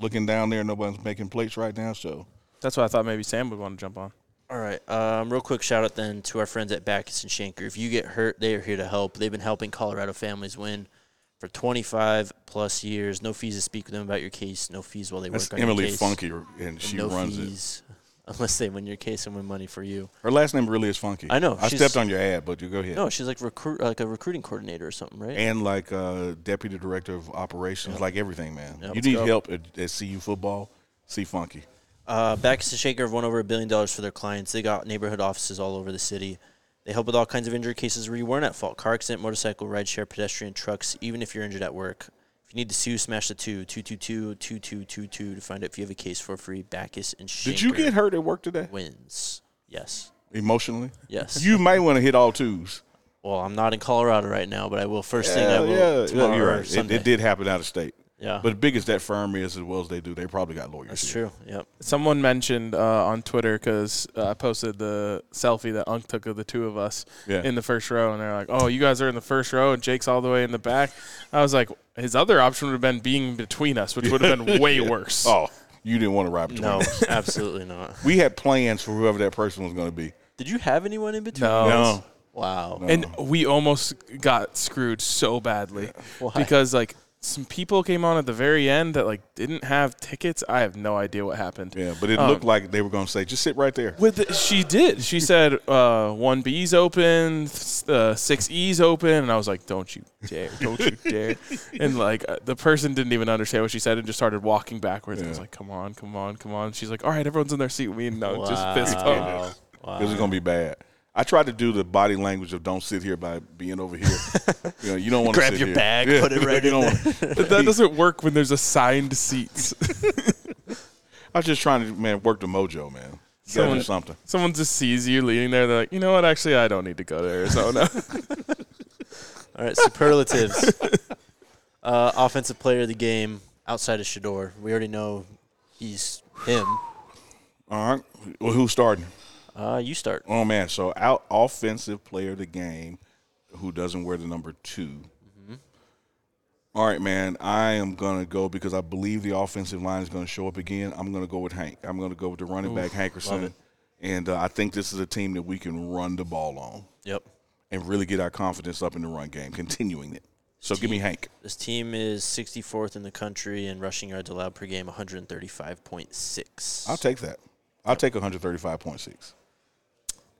Speaker 3: Looking down there, nobody's making plates right now. So
Speaker 2: That's why I thought maybe Sam would want to jump on.
Speaker 1: All right. Um, real quick shout out then to our friends at Backus and Shanker. If you get hurt, they are here to help. They've been helping Colorado families win for 25 plus years. No fees to speak with them about your case. No fees while they
Speaker 3: That's
Speaker 1: work on
Speaker 3: Emily
Speaker 1: your case.
Speaker 3: Funky, and she
Speaker 1: no
Speaker 3: runs it.
Speaker 1: fees, Unless they win your case and win money for you.
Speaker 3: her last name really is funky.
Speaker 1: I know,
Speaker 3: I
Speaker 1: she's-
Speaker 3: stepped on your ad, but you go ahead.
Speaker 1: No, she's like recruit, like a recruiting coordinator or something, right?
Speaker 3: and like uh, deputy director of operations, like everything, man.
Speaker 1: Yep.
Speaker 3: you
Speaker 1: Let's
Speaker 3: need
Speaker 1: go.
Speaker 3: help at, at CU football. See Funky.
Speaker 1: Uh, Backus and Shaker have won over a billion dollars for their clients. They got neighborhood offices all over the city. They help with all kinds of injury cases where you weren't at fault car accident, motorcycle, rideshare, pedestrian, trucks, even if you're injured at work. If you need to sue, smash the two, 222 2222 to find out if you have a case for free. Backus and Shaker.
Speaker 3: Did you get hurt at work today?
Speaker 1: Wins. Yes.
Speaker 3: Emotionally,
Speaker 1: Yes.
Speaker 3: You may want to hit all twos.
Speaker 1: Well, I'm not in Colorado right now, but I will first thing I will. tomorrow
Speaker 3: you're
Speaker 1: or
Speaker 3: right. It,
Speaker 1: Sunday.
Speaker 3: it did happen out of state.
Speaker 1: Yeah.
Speaker 3: But as big as that firm is, as well as they do, they probably got lawyers.
Speaker 1: That's
Speaker 3: here.
Speaker 1: true. Yep.
Speaker 2: Someone mentioned uh, on Twitter because uh, I posted the selfie that Unc took of the two of us
Speaker 3: Yeah.
Speaker 2: in the first row, and they're like, "Oh, you guys are in the first row, and Jake's all the way in the back." I was like, "His other option would have been being between us, which would have been way worse."
Speaker 3: Oh, you didn't want to ride between.
Speaker 1: No,
Speaker 3: us.
Speaker 1: absolutely not.
Speaker 3: we had plans for whoever that person was going to be.
Speaker 1: Did you have anyone in between?
Speaker 2: No.
Speaker 3: No.
Speaker 1: Wow.
Speaker 2: And we almost got screwed so badly because like some people came on at the very end that like didn't have tickets. I have no idea what happened.
Speaker 3: Yeah, but it
Speaker 1: Uh-huh.
Speaker 2: Um,
Speaker 3: looked like they were going to say, "Just sit right there."
Speaker 2: With the, she did. She said uh, one B's open, th- uh, six E's open, and I was like, "Don't you dare! Don't you dare!" and like uh, the person didn't even understand what she said and just started walking backwards. I was
Speaker 3: Yeah.
Speaker 2: like, "Come on, come on, come on!" She's like, "All right, everyone's in their seat." We no, just fist
Speaker 1: Wow.
Speaker 2: bump.
Speaker 3: It was going to be bad. I tried to do the body language of "Don't sit here" by being over here. you know, you don't want to
Speaker 1: Grab
Speaker 3: sit
Speaker 1: your
Speaker 3: here.
Speaker 1: bag, put it right
Speaker 3: you
Speaker 1: in
Speaker 3: don't wanna-
Speaker 2: But that doesn't work when there's assigned seats.
Speaker 3: I was just trying to man work the mojo, man. You gotta do something.
Speaker 2: Someone just sees you leaning there. They're like, you know what? Actually, I don't need to go to Arizona.
Speaker 1: All right, superlatives. uh, offensive player of the game outside of Shador. We already know he's him.
Speaker 3: All right. Well, who's starting?
Speaker 1: Uh, you start.
Speaker 3: Oh man, so out offensive player of the game who doesn't wear the number 2 All right, man. I am gonna go because I believe the offensive line is gonna show up again. I'm gonna go with Hank. I'm gonna go with the running back Hankerson, and uh, I think this is a team that we can run the ball on
Speaker 1: Yep.
Speaker 3: and really get our confidence up in the run game, continuing it. So give me Hank.
Speaker 1: This team is 64th in the country in rushing yards allowed per game, 135.6.
Speaker 3: I'll take that. I'll take 135.6.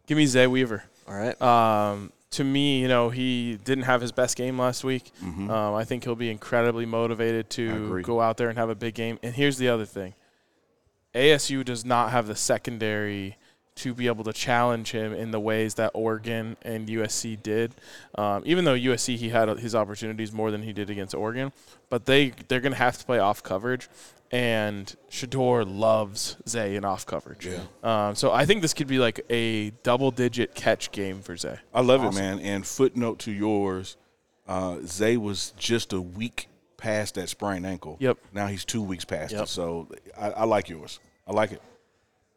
Speaker 2: Give me Zay Weaver.
Speaker 1: All right.
Speaker 2: Um, to me, you know, he didn't have his best game last week.
Speaker 1: Mm-hmm.
Speaker 3: Mhm.
Speaker 2: Um, I think he'll be incredibly motivated to
Speaker 3: agree.
Speaker 2: go out there and have a big game. And here's the other thing ASU does not have the secondary to be able to challenge him in the ways that Oregon and USC did. Um, even though USC he had his opportunities more than he did against Oregon, but they they're going to have to play off coverage and Shador loves Zay in off coverage.
Speaker 3: Yeah.
Speaker 2: Um, so I think this could be like a double digit catch game for Zay.
Speaker 3: I love
Speaker 2: Awesome.
Speaker 3: it, man. And footnote to yours, uh, Zay was just a week past that sprained ankle.
Speaker 2: Yep.
Speaker 3: Now he's two weeks past
Speaker 1: Yep.
Speaker 3: it. So I, I like yours. I like it.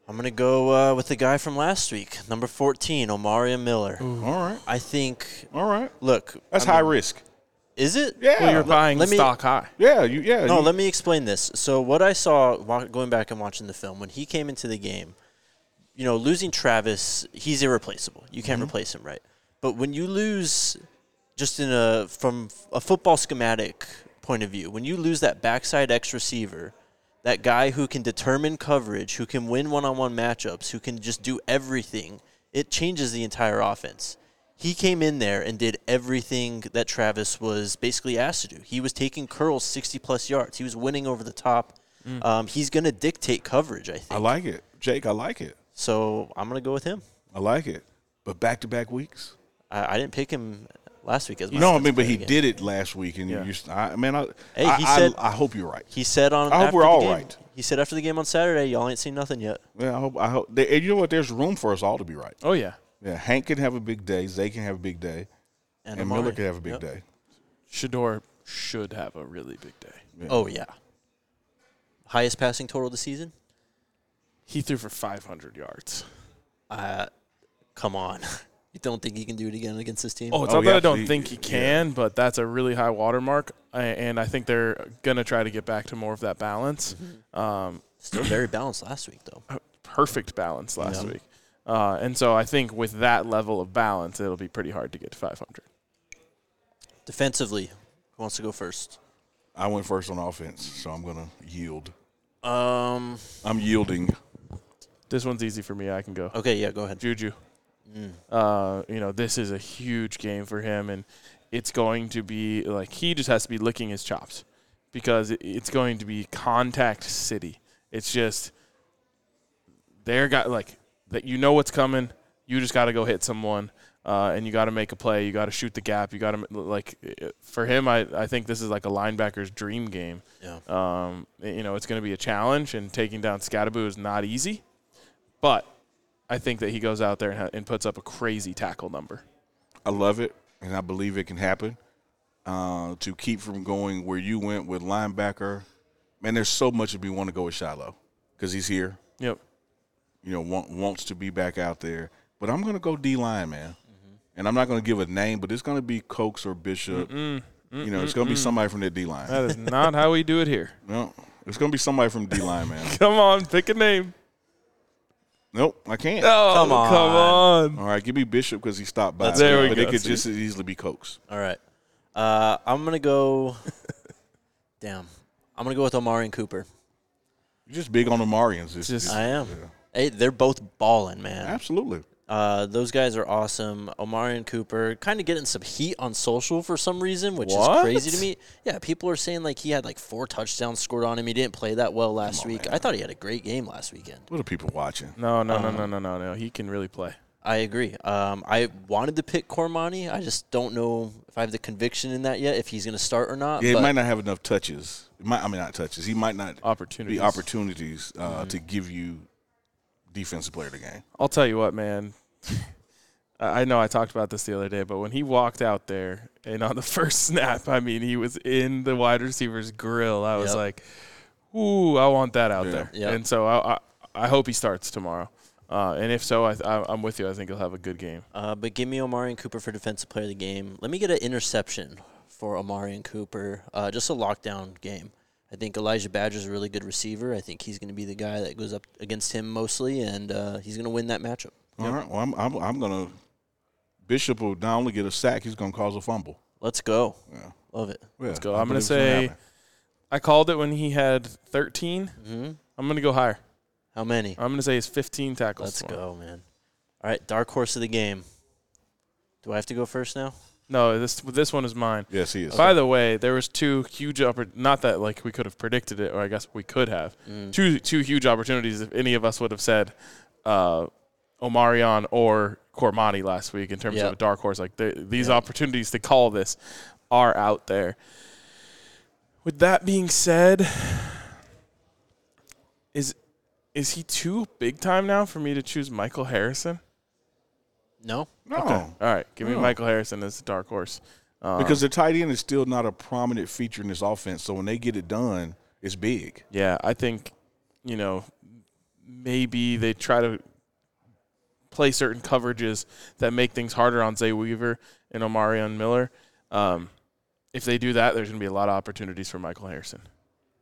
Speaker 1: I'm gonna go uh, with the guy from last week, number 14, Omaria Miller.
Speaker 3: All right.
Speaker 1: I think.
Speaker 3: All right.
Speaker 1: Look,
Speaker 3: That's
Speaker 1: I
Speaker 3: high
Speaker 1: mean,
Speaker 3: risk.
Speaker 1: Is it?
Speaker 3: Yeah. Well, you're
Speaker 1: Le-
Speaker 2: buying stock high.
Speaker 3: Yeah. You. Yeah.
Speaker 1: No,
Speaker 3: you-
Speaker 1: let me explain this. So what I saw wa- going back and watching the film when he came into the game, you know, losing Travis, he's irreplaceable. You can't replace him, right? But when you lose, just in a from a football schematic point of view, when you lose that backside X receiver, that guy who can determine coverage, who can win one-on-one matchups, who can just do everything, it changes the entire offense he came in there and did everything that Travis was basically asked to do. He was taking curls 60 plus yards. He was winning over the top. Um, he's going to dictate coverage, I think.
Speaker 3: I like it, Jake. I like it.
Speaker 1: So I'm going to go with him.
Speaker 3: I like it. But back to back weeks.
Speaker 1: I, I didn't pick him last week as my
Speaker 3: No, I
Speaker 1: defensive
Speaker 3: mean, but
Speaker 1: player
Speaker 3: he
Speaker 1: again.
Speaker 3: did it last week, and you. I, man, I,
Speaker 1: Hey,
Speaker 3: I,
Speaker 1: he
Speaker 3: I-
Speaker 1: said-
Speaker 3: I, hope you're right.
Speaker 1: He said on.
Speaker 3: I hope
Speaker 1: after
Speaker 3: Oh, we're
Speaker 1: the
Speaker 3: all
Speaker 1: game-
Speaker 3: right.
Speaker 1: He said after the game on Saturday, y'all ain't seen nothing yet.
Speaker 3: Yeah, I hope. I hope. They, and you know what? There's room for us all to be right.
Speaker 2: Oh yeah.
Speaker 3: Yeah, Hank can have a big day. Zay can have a big day,
Speaker 1: And
Speaker 3: and,
Speaker 1: Amari.
Speaker 3: Miller can have a big
Speaker 1: Yep.
Speaker 3: day.
Speaker 2: Shador should have a really big day.
Speaker 1: Oh yeah. Highest passing total of the season.
Speaker 2: He threw for 500 yards.
Speaker 1: Uh, come on. you don't think he can do it again against this team?
Speaker 2: Oh, it's not that I don't think he can, but that's a really high watermark, I- and I think they're gonna try to get back to more of that balance. Um,
Speaker 1: Still very balanced last week, though.
Speaker 2: perfect balance last
Speaker 1: Yeah.
Speaker 2: week, uh, and so I think with that level of balance, it'll be pretty hard to get to 500.
Speaker 1: Defensively, who wants to go first?
Speaker 3: I went first on offense, so I'm gonna yield.
Speaker 1: Um.
Speaker 3: I'm yielding.
Speaker 2: This one's easy for me. I can go.
Speaker 1: Okay. Yeah. Go ahead. Mm.
Speaker 2: Juju. Uh, you know, this is a huge game for him, and it's going to be like he just has to be licking his chops because it- it's going to be contact city. It's just they're got like that. You know what's coming. You just got to go hit someone, uh, and you got to make a play. You got to shoot the gap. You got to like uh, for him. I I think this is like a linebacker's dream game.
Speaker 1: Yeah.
Speaker 2: Um, you know, it's going to be a challenge, and taking down Scataboo is not easy, but I think that he goes out there and, ha- and puts up a crazy tackle number.
Speaker 3: I love it, and I believe it can happen. Uh, to keep from going where you went with linebacker, man, there's so much if we want to go with Shiloh because he's here.
Speaker 2: Yep.
Speaker 3: You know, want, wants to be back out there. But I'm gonna go D line, man, and I'm not gonna give a name, but it's gonna be Cokes or Bishop. You know, it's gonna be somebody from that D line.
Speaker 2: That is not how we do it here.
Speaker 3: No, it's gonna be somebody from D line, man.
Speaker 2: Come on, pick a name.
Speaker 3: Nope, I can't.
Speaker 2: Oh,
Speaker 1: Come on.
Speaker 2: Come on.
Speaker 3: All right, give me Bishop because he stopped by.
Speaker 1: That's-
Speaker 2: There we
Speaker 3: but
Speaker 2: go,
Speaker 3: it could
Speaker 2: see?
Speaker 3: just as easily be Cokes.
Speaker 1: All right. Uh, I'm gonna go. damn. I'm gonna go with Omari and Cooper.
Speaker 3: You're just big on Amarians. This,
Speaker 2: Just-
Speaker 3: this-
Speaker 1: I am. Hey, they're both balling, man.
Speaker 3: absolutely.
Speaker 1: Uh, those guys are awesome. Omari and Cooper kind of getting some heat on social for some reason, which is
Speaker 2: What?
Speaker 1: crazy to me. Yeah, people are saying like he had like four touchdowns scored on him. He didn't play that well last week. I thought he had a great game last weekend.
Speaker 3: What are people watching?
Speaker 2: No, no, no, no, no, no, no. He can really play.
Speaker 1: I agree. Um, I wanted to pick Cormani. I just don't know if I have the conviction in that yet, if he's going to start or not.
Speaker 3: Yeah,
Speaker 1: but
Speaker 3: he might not have enough touches. It might, I mean, not touches. He might not
Speaker 2: Opportunities. Mm-hmm.
Speaker 3: be opportunities uh, to give you defensive player of the game.
Speaker 2: I'll tell you what, man. I I know I talked about this the other day, but when he walked out there and on the first snap, I mean, he was in the wide receiver's grill. I was
Speaker 1: Yep.
Speaker 2: like, "Ooh, I want that out
Speaker 3: Yeah.
Speaker 2: there."
Speaker 1: Yep.
Speaker 2: And so I, I, I hope he starts tomorrow. Uh, and if so, I, I, I'm with you. I think he'll have a good game.
Speaker 1: Uh, but give me Omari and Cooper for defensive player of the game. Let me get an interception for Omari and Cooper. Uh, just a lockdown game. I think Elijah Badger's a really good receiver. I think he's going to be the guy that goes up against him mostly, and uh, he's going to win that matchup.
Speaker 3: All right. Well, I'm, I'm, I'm going to. Bishop will not only get a sack, he's going to cause a fumble.
Speaker 1: Let's go.
Speaker 3: Yeah.
Speaker 1: Love it.
Speaker 3: Let's
Speaker 2: go. I'm gonna say- I called it when he had 13.
Speaker 1: hmm
Speaker 2: I'm gonna go higher.
Speaker 1: How many?
Speaker 2: I'm gonna say it's 15 tackles.
Speaker 1: Let's
Speaker 2: tomorrow.
Speaker 1: go, man. All right, dark horse of the game. Do I have to go first now?
Speaker 2: No, this this one is mine.
Speaker 3: Yes, he is.
Speaker 2: By the way, there was two huge oppor- not that like we could have predicted it, or I guess we could have
Speaker 1: Mm.
Speaker 2: two two huge opportunities if any of us would have said uh, Omarion or Cormani last week in terms
Speaker 1: Yep.
Speaker 2: of a dark horse. Like the, these opportunities to call this are out there. With that being said, is is he too big time now for me to choose Michael Harrison?
Speaker 1: No.
Speaker 3: No.
Speaker 2: All right. Give me
Speaker 3: No.
Speaker 2: Michael Harrison as a dark horse. Um,
Speaker 3: because the tight end is still not a prominent feature in this offense. So when they get it done, it's big.
Speaker 2: Yeah, I think, you know, maybe they try to play certain coverages that make things harder on Zay Weaver and Omarion Miller. Um, if they do that, there's going to be a lot of opportunities for Michael Harrison.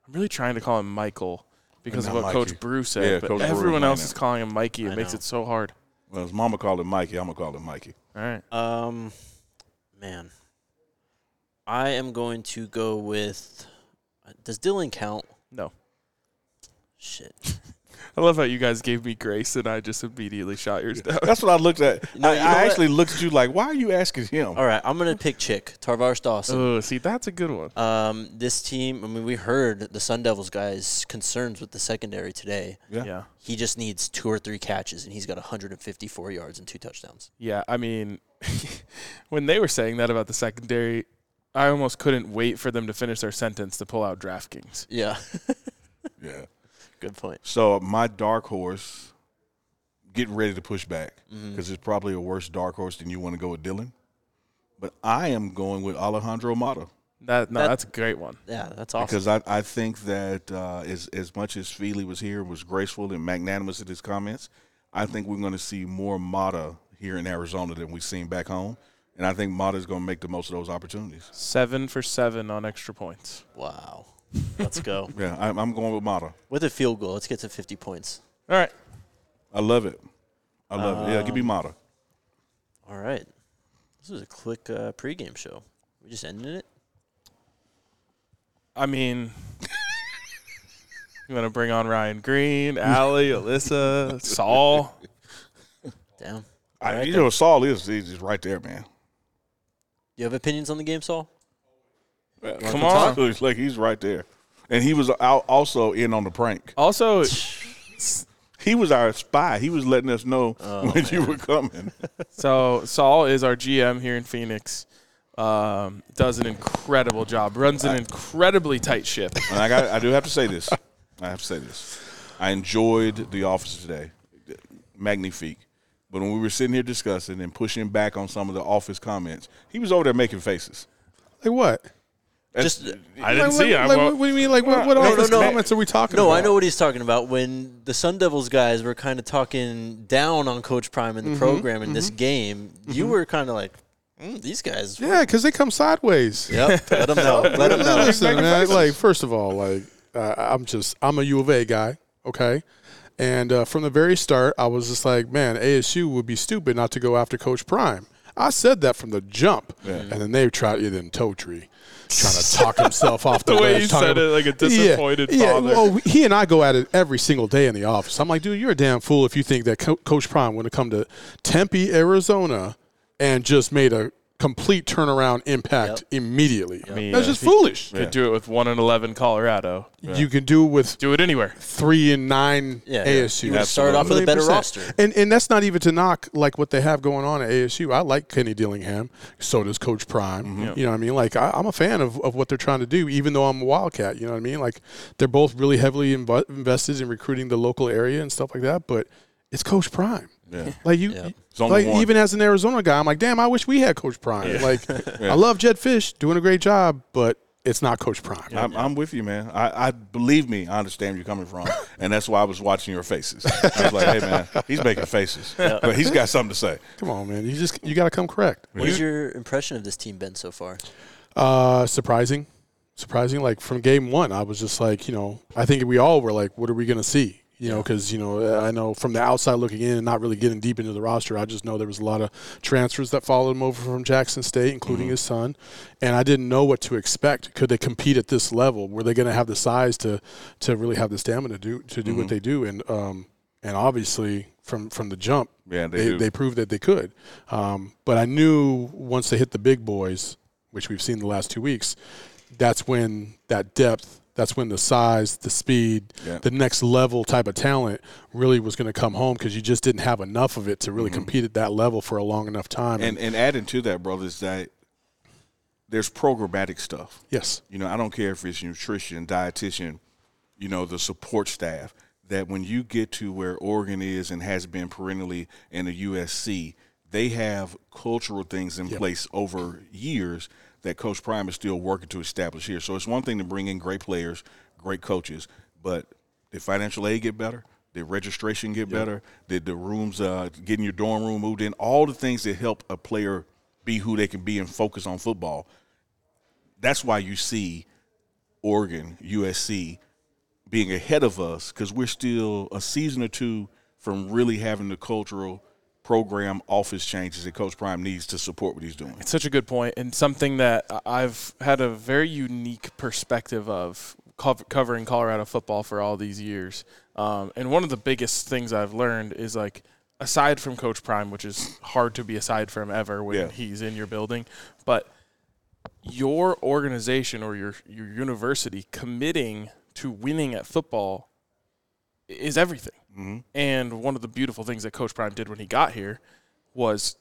Speaker 2: I'm really trying to call him Michael because of
Speaker 3: Not
Speaker 2: what
Speaker 3: Mikey.
Speaker 2: Coach Brew said,
Speaker 3: Yeah,
Speaker 2: but
Speaker 3: Coach Brew
Speaker 2: everyone
Speaker 3: right
Speaker 2: else
Speaker 3: now.
Speaker 2: is calling him Mikey. It
Speaker 1: I
Speaker 2: makes
Speaker 1: know.
Speaker 2: it so hard.
Speaker 3: Well, his mama called him Mikey. I'm gonna call him Mikey.
Speaker 2: All right.
Speaker 1: Um, man, I am going to go with. uh, Does Dylan count?
Speaker 2: No.
Speaker 1: Shit.
Speaker 2: I love how you guys gave me grace and I just immediately shot yours down.
Speaker 3: That's what I looked at.
Speaker 1: No,
Speaker 3: I,
Speaker 1: you know
Speaker 3: I
Speaker 1: what?
Speaker 3: actually looked at you like, why are you asking him?
Speaker 1: All right, I'm gonna pick Chick Tarvar Dawson.
Speaker 2: Oh, see, that's a good one.
Speaker 1: Um, this team. I mean, we heard the Sun Devils guys' concerns with the secondary today.
Speaker 3: Yeah.
Speaker 2: Yeah.
Speaker 1: He just needs two or three catches, and he's got 154 yards and two touchdowns.
Speaker 2: Yeah, I mean, when they were saying that about the secondary, I almost couldn't wait for them to finish their sentence to pull out DraftKings.
Speaker 1: Yeah.
Speaker 3: Yeah.
Speaker 1: Good point.
Speaker 3: So uh, my dark horse, getting ready to push back
Speaker 1: Mm-hmm.
Speaker 3: because it's probably a worse dark horse than you want to go with Dylan. But I am going with Alejandro Mata
Speaker 2: That no,
Speaker 1: That-
Speaker 2: that's a great one.
Speaker 1: Yeah, that's awesome.
Speaker 3: because I, I think that uh, as as much as Feely was here was graceful and magnanimous in his comments, I think we're going to see more Mata here in Arizona than we've seen back home, and I think Mata is going to make the most of those opportunities.
Speaker 2: Seven for seven on extra points.
Speaker 1: wow. Let's go
Speaker 3: Yeah, I'm, I'm going with Mata.
Speaker 1: with a field goal. Let's get to 50 points.
Speaker 2: All right.
Speaker 3: I love it. I love it. Yeah, give me Mata.
Speaker 1: All right. This was a quick uh, pregame show. We just ended it.
Speaker 2: I mean, you want to bring on Ryan Green, Allie, Alyssa, Saul.
Speaker 1: Damn.
Speaker 3: I,
Speaker 1: Alright,
Speaker 3: you
Speaker 1: then.
Speaker 3: know, Saul is he's just right there, man.
Speaker 1: You have opinions on the game, Saul?
Speaker 2: Come on.
Speaker 3: It's like he's right there, and he was out also in on the prank.
Speaker 2: Also,
Speaker 3: He was our spy. He was letting us know when you were coming.
Speaker 2: So Saul is our GM here in Phoenix. Um, does an incredible job. Runs an incredibly tight ship.
Speaker 3: and I got, I do have to say this. I have to say this. I enjoyed the office today, magnifique. But when we were sitting here discussing and pushing back on some of the office comments, he was over there making faces.
Speaker 12: Like what?
Speaker 1: Just
Speaker 2: I
Speaker 12: Like,
Speaker 2: didn't
Speaker 12: what,
Speaker 2: see it.
Speaker 12: like, what, what do you mean? Like what? What
Speaker 1: No,
Speaker 12: office
Speaker 1: no, no.
Speaker 12: comments are we talking
Speaker 1: No,
Speaker 12: about?
Speaker 1: I know what he's talking about. When the Sun Devils guys were kind of talking down on Coach Prime in the program in this game, you were kind of like, mm, "These guys,
Speaker 12: Yeah, because they come sideways.
Speaker 1: yep, let them know, let them know."
Speaker 12: Listen, man. Like, first of all, like uh, I'm just I'm a U of A guy, okay. And uh, from the very start, I was just like, man, ASU would be stupid not to go after Coach Prime. I said that from the jump, and then they tried you then toe tree. Trying to talk himself off the,
Speaker 2: The way
Speaker 12: ledge,
Speaker 2: you
Speaker 12: talking
Speaker 2: said it, like a disappointed
Speaker 12: yeah,
Speaker 2: father.
Speaker 12: Yeah, well, we- he and I go at it every single day in the office. I'm like, dude, you're a damn fool if you think that Co- Coach Prime would have come to Tempe, Arizona, and just made a complete turnaround impact immediately.
Speaker 2: mean,
Speaker 12: That's
Speaker 2: yeah,
Speaker 12: just foolish.
Speaker 2: Could do it with one and eleven Colorado.
Speaker 12: You can do it with
Speaker 2: Do it anywhere.
Speaker 12: three and nine
Speaker 1: Yeah, yeah.
Speaker 12: ASU.
Speaker 1: You would've started off with a better
Speaker 12: 100%.
Speaker 1: roster.
Speaker 12: And and that's not even to knock like what they have going on at ASU. I like Kenny Dillingham. So does Coach Prime. You know what I mean? Like I, I'm a fan of, of what they're trying to do, even though I'm a Wildcat. You know what I mean? Like they're both really heavily inv- invested in recruiting the local area and stuff like that. But it's Coach Prime.
Speaker 3: Yeah.
Speaker 12: Like you,
Speaker 1: Yeah.
Speaker 3: It's only
Speaker 12: like
Speaker 3: one.
Speaker 12: even as an Arizona guy, I'm like, damn, I wish we had Coach Prime. Like I love Jed Fish, doing a great job, but it's not Coach Prime.
Speaker 3: I'm, I'm with you, man. I, I believe me. I understand where you're coming from, and that's why I was watching your faces. I was like, "Hey, man, he's making faces, but he's got something to say."
Speaker 12: Come on, man. You just you got to come correct.
Speaker 1: What has your impression of this team been so far?
Speaker 12: Uh, surprising, surprising. Like from game one, I was just like, you know, I think we all were like, what are we gonna see? You know, because you know, I know from the outside looking in and not really getting deep into the roster, I just know there was a lot of transfers that followed him over from Jackson State, including
Speaker 5: Mm-hmm.
Speaker 12: his son, and I didn't know what to expect. Could they compete at
Speaker 5: Mm-hmm.
Speaker 12: this level? Were they going to have the size to to really have the stamina to do to do what they do? And um, and obviously from from the jump,
Speaker 3: Yeah, they
Speaker 12: they,
Speaker 3: do.
Speaker 12: proved that they could. Um, but I knew once they hit the big boys, which we've seen the last two weeks, that's when that depth, that's when the size, the speed,
Speaker 3: Yeah.
Speaker 12: the next level type of talent really was going to come home because you just didn't have enough of it to really
Speaker 3: Mhm.
Speaker 12: compete at that level for a long enough time.
Speaker 3: and and adding to that, brother, is that there's programmatic stuff.
Speaker 12: Yes.
Speaker 3: You know, I don't care if it's nutrition, dietitian, you know, the support staff. That when you get to where Oregon is and has been perennially in the USC, they have cultural things in place over years that Coach Prime is still working to establish here. So it's one thing to bring in great players, great coaches, but did financial aid get better? Did registration get better? Did the rooms, uh, getting your dorm room moved in? All the things that help a player be who they can be and focus on football. That's why you see Oregon, USC being ahead of us because we're still a season or two from really having the cultural program office changes that Coach Prime needs to support what he's doing.
Speaker 2: It's such a good point, and something that I- I've had a very unique perspective of cov- covering Colorado football for all these years. Um, and one of the biggest things I've learned is like, aside from Coach Prime, which is hard to be aside from ever when
Speaker 3: Yeah.
Speaker 2: he's in your building, but your organization or your your university committing to winning at football is everything.
Speaker 3: Mhm.
Speaker 2: And one of the beautiful things that Coach Prime did when he got here was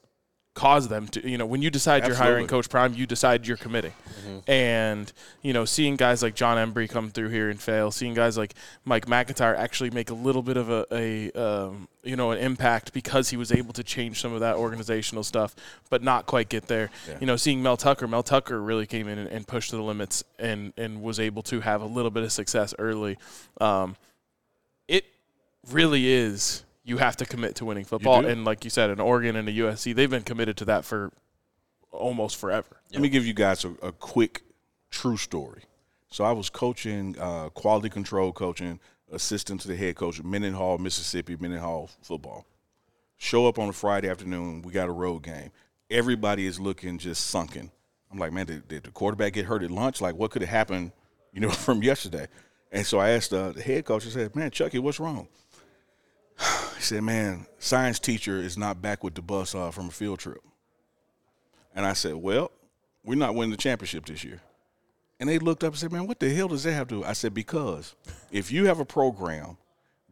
Speaker 2: cause them to, you know, when you decide you're hiring
Speaker 3: Absolutely.
Speaker 2: Coach Prime, you decide you're committing.
Speaker 3: Mhm.
Speaker 2: And, you know, seeing guys like John Embry come through here and fail, seeing guys like Mike McIntyre actually make a little bit of a, a um, you know, an impact because he was able to change some of that organizational stuff, but not quite get there.
Speaker 3: Yeah.
Speaker 2: You know, seeing Mel Tucker, Mel Tucker really came in and, and pushed to the limits and, and was able to have a little bit of success early. Um, it really is you have to commit to winning football.
Speaker 3: do.
Speaker 2: And like you said, in Oregon and the USC, they've been committed to that for almost forever.
Speaker 3: Let me give you guys a, a quick true story. So I was coaching, uh, quality control coaching, assistant to the head coach at Mendenhall, Mississippi, Mendenhall football. Show up on a Friday afternoon. We got a road game. Everybody is looking just sunken. I'm like, man, did, did the quarterback get hurt at lunch? Like, what could have happened, you know, from yesterday? And so I asked uh, the head coach. I said, man, Chucky, what's wrong? He said, man, science teacher is not back with the bus uh, from a field trip. And I said, Well, we're not winning the championship this year. And they looked up and said, Man, what the hell does that have to do? I said, Because if you have a program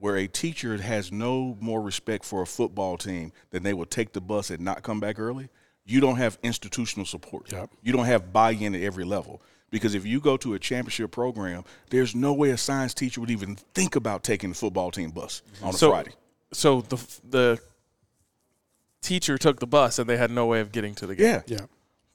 Speaker 3: where a teacher has no more respect for a football team than they will take the bus and not come back early, you don't have institutional support. You don't have buy in at every level. Because if you go to a championship program, there's no way a science teacher would even think about taking the football team bus on a
Speaker 2: so,
Speaker 3: Friday.
Speaker 2: So the the teacher took the bus and they had no way of getting to the game.
Speaker 3: Yeah.
Speaker 12: Yeah.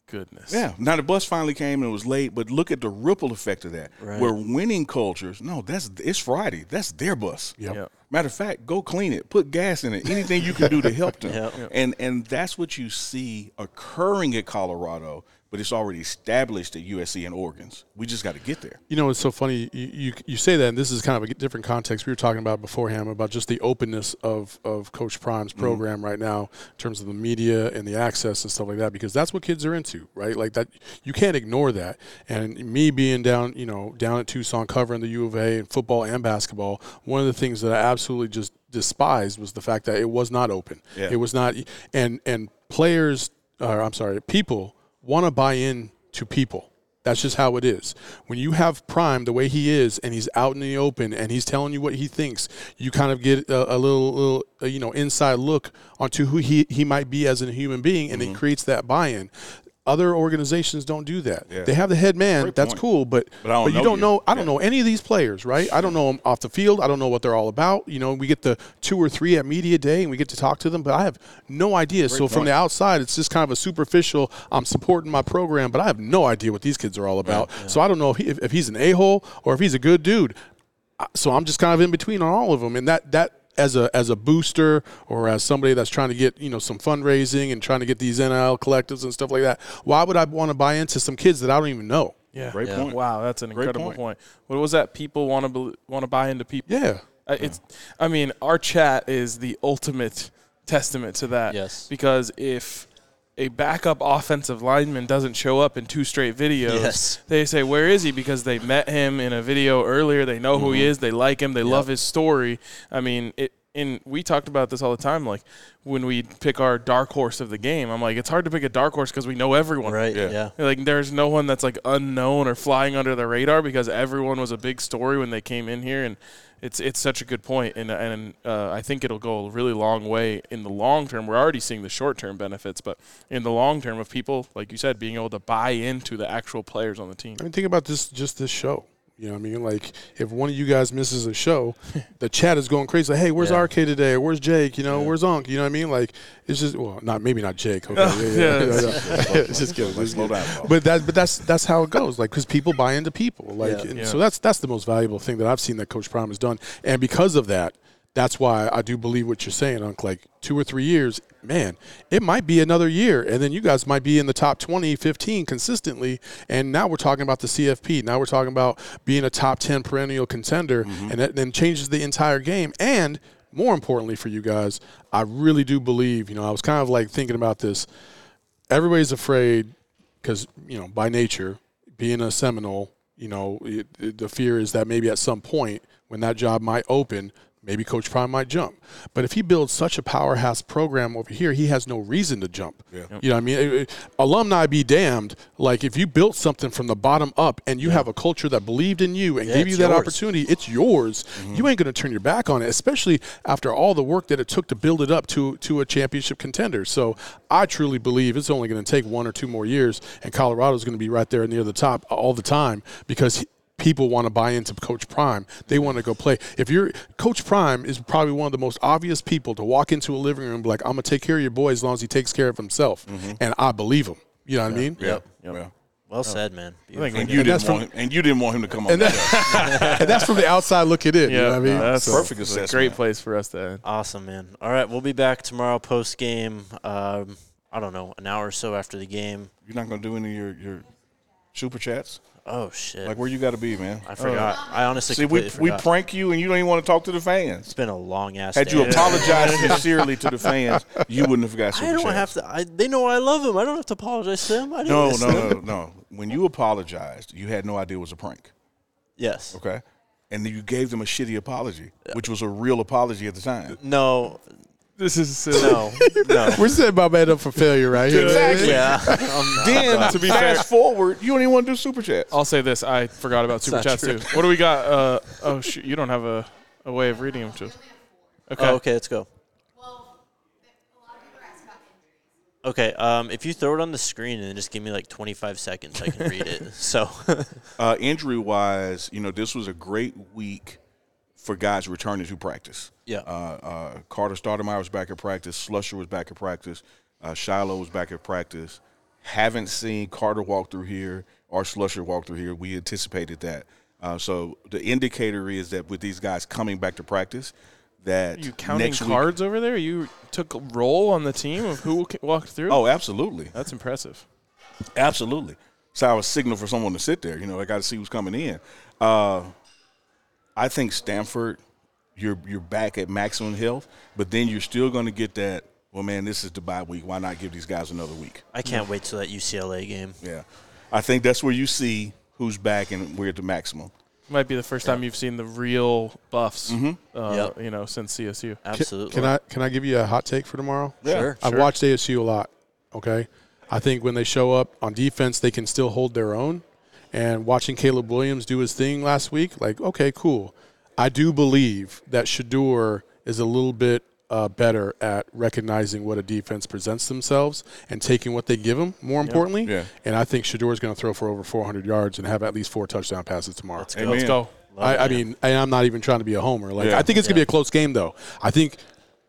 Speaker 2: Goodness.
Speaker 3: Yeah. Now the bus finally came and it was late, but look at the ripple effect of that.
Speaker 2: Right.
Speaker 3: Where winning cultures, no, that's it's Friday. That's their bus.
Speaker 12: Yep. Yep.
Speaker 3: Matter of fact, go clean it, put gas in it, anything you can do to help them.
Speaker 12: Yep. Yep.
Speaker 3: And and that's what you see occurring at Colorado, but it's already established at USC and Oregon's. We just got to get there.
Speaker 12: You know, it's so funny. You, you you say that, and this is kind of a different context. We were talking about beforehand about just the openness of, of Coach Prime's program right now in terms of the media and the access and stuff like that, because that's what kids are into, right? Like that, you can't ignore that. And me being down, you know, down at Tucson covering the U of A and football and basketball, one of the things that I absolutely just despised was the fact that it was not open.
Speaker 3: Yeah.
Speaker 12: It was not, and and players, or I'm sorry, people want to buy in to people. That's just how it is. When you have Prime the way he is, and he's out in the open, and he's telling you what he thinks, you kind of get a, a little, little, uh, you know, inside look onto who he, he might be as a human being, and
Speaker 3: Mm-hmm.
Speaker 12: it creates that buy-in. Other organizations don't do that.
Speaker 3: Yeah.
Speaker 12: They have the head man.
Speaker 3: Great
Speaker 12: that's
Speaker 3: point.
Speaker 12: cool, but
Speaker 3: But I don't
Speaker 12: you
Speaker 3: know
Speaker 12: don't
Speaker 3: you.
Speaker 12: know. I don't know any of these players, right? I don't know them off the field. I don't know what they're all about. You know, we get the two or three at media day, and we get to talk to them, but I have no idea.
Speaker 3: Great
Speaker 12: so from
Speaker 3: point.
Speaker 12: the outside, it's just kind of a superficial. I'm supporting my program, but I have no idea what these kids are all about. So I don't know if, he, if, if he's an a hole or if he's a good dude. I- So I'm just kind of in between on all of them, and that that. As a, as a booster or as somebody that's trying to get you know some fundraising and trying to get these NIL collectives and stuff like that, why would I want to buy into some kids that I don't even know?
Speaker 2: Yeah.
Speaker 3: Great
Speaker 2: Yeah.
Speaker 3: point.
Speaker 2: Wow, that's an
Speaker 3: Great
Speaker 2: incredible
Speaker 3: point.
Speaker 2: point. What was that? People want to bel want to buy into people.
Speaker 12: Yeah.
Speaker 2: I, it's. I mean, our chat is the ultimate testament to that. Yes. Because if a backup offensive lineman doesn't show up in two straight videos,
Speaker 1: Yes.
Speaker 2: they say, "Where is he?" Because they met him in a video earlier. They know who he
Speaker 1: Mhm.
Speaker 2: is. They like him. They love his story. I mean, it and we talked about this all the time. Like when we pick our dark horse of the game, I'm like, it's hard to pick a dark horse because we know everyone.
Speaker 1: Right. Yeah. yeah.
Speaker 2: Like there's no one that's like unknown or flying under the radar because everyone was a big story when they came in here, and it's it's such a good point, and and uh, I think it'll go a really long way in the long term. We're already seeing the short term benefits, but in the long term of people, like you said, being able to buy into the actual players on the team.
Speaker 12: I mean, think about this just this show. You know, what I mean, like if one of you guys misses a show, the chat is going crazy. Like, hey, where's yeah. RK today? Where's Jake? You know, yeah. where's Unc? You know what I mean? Like it's just well, not maybe not Jake. Okay, yeah, yeah, yeah. just kidding. Like, slow down. But that, but that's that's how it goes. Like because people buy into people. Like and so that's that's the most valuable thing that I've seen that Coach Prime has done, and because of that, that's why I do believe what you're saying, Unc. Like two or three years, man, it might be another year. And then you guys might be in the top 20, 15 consistently. And now we're talking about the CFP. Now we're talking about being a top 10 perennial contender. Mm-hmm. And that then changes the entire game. And more importantly for you guys, I really do believe, you know, I was kind of like thinking about this. Everybody's afraid because, you know, by nature, being a Seminole, you know, it, it, the fear is that maybe at some point when that job might open, Maybe Coach Prime might jump. But if he builds such a powerhouse program over here, he has no reason to jump. Yeah. You know what I mean? It, it, alumni be damned. Like, if you built something from the bottom up and you yeah. have a culture that believed in you and yeah, gave you that yours. opportunity, it's yours. Mm-hmm. You ain't going to turn your back on it, especially after all the work that it took to build it up to, to a championship contender. So I truly believe it's only going to take one or two more years, and Colorado's going to be right there near the top all the time because he, people want to buy into Coach Prime. They want to go play. If you're Coach Prime is probably one of the most obvious people to walk into a living room like, I'm gonna take care of your boy as long as he takes care of himself, mm-hmm. and I believe him. You know what
Speaker 1: yeah.
Speaker 12: I mean?
Speaker 1: Yeah. yeah. yeah. Well oh. said, man.
Speaker 3: And you, and didn't from, want, him, and you didn't want him to come on.
Speaker 12: And, that, and that's from the outside looking in. Yeah, you know I mean?
Speaker 3: That's so, perfect assessment.
Speaker 2: great place for us to end.
Speaker 1: Awesome, man. All right, we'll be back tomorrow post game. Um, I don't know, an hour or so after the game.
Speaker 3: You're not going to do any of your, your super chats?
Speaker 1: Oh shit!
Speaker 3: Like where you got to be, man.
Speaker 1: I forgot. Oh. I honestly
Speaker 3: see we
Speaker 1: forgot.
Speaker 3: we prank you and you don't even want to talk to the fans.
Speaker 1: It's been a long ass.
Speaker 3: Had you apologized sincerely to the fans, you wouldn't have got. Super
Speaker 1: I don't have
Speaker 3: chats.
Speaker 1: to. I, they know I love them. I don't have to apologize to them. I didn't
Speaker 3: no, no, no, no. When you apologized, you had no idea it was a prank.
Speaker 1: Yes.
Speaker 3: Okay. And you gave them a shitty apology, yeah. which was a real apology at the time.
Speaker 1: No,
Speaker 2: this is silly.
Speaker 1: No, no.
Speaker 12: We're setting my man up for failure right here.
Speaker 3: Exactly.
Speaker 1: Yeah. Um,
Speaker 3: then, to be fast fair, forward, you don't even want to do super chats.
Speaker 2: I'll say this: I forgot about super chats true. too. What do we got? Uh, oh shoot, you don't have a, a way of reading them, too.
Speaker 1: Okay. Oh, okay, let's go. Okay, um, if you throw it on the screen and just give me like 25 seconds, I can read it. So,
Speaker 3: uh, injury wise, you know, this was a great week for guys returning to practice.
Speaker 1: Yeah.
Speaker 3: Uh, uh, Carter Stoudemire was back at practice. Slusher was back at practice. Uh, Shiloh was back at practice. Haven't seen Carter walk through here or Slusher walk through here. We anticipated that. Uh, so the indicator is that with these guys coming back to practice, that
Speaker 2: Are you counting cards week, over there. You took a roll on the team of who walked through.
Speaker 3: Oh, absolutely.
Speaker 2: That's impressive.
Speaker 3: Absolutely. So I was signal for someone to sit there. You know, I got to see who's coming in. Uh, I think Stanford, you're you're back at maximum health, but then you're still going to get that. Well, man, this is the bye week. Why not give these guys another week?
Speaker 1: I can't yeah. wait till that UCLA game.
Speaker 3: Yeah, I think that's where you see who's back and we're at the maximum.
Speaker 2: Might be the first yeah. time you've seen the real buffs, mm-hmm. uh, yep. you know, since CSU.
Speaker 1: Absolutely.
Speaker 12: Can, can, I can I give you a hot take for tomorrow?
Speaker 1: Yeah. Sure.
Speaker 12: I've
Speaker 1: sure.
Speaker 12: watched ASU a lot. Okay, I think when they show up on defense, they can still hold their own and watching Caleb Williams do his thing last week, like, okay, cool. I do believe that Shadur is a little bit uh, better at recognizing what a defense presents themselves and taking what they give them, more importantly.
Speaker 3: Yeah. Yeah.
Speaker 12: And I think Shadur is going to throw for over 400 yards and have at least four touchdown passes tomorrow.
Speaker 2: Let's go. Let's go.
Speaker 12: I, I, mean, and I'm not even trying to be a homer. Like, yeah. I think it's going to be a close game, though. I think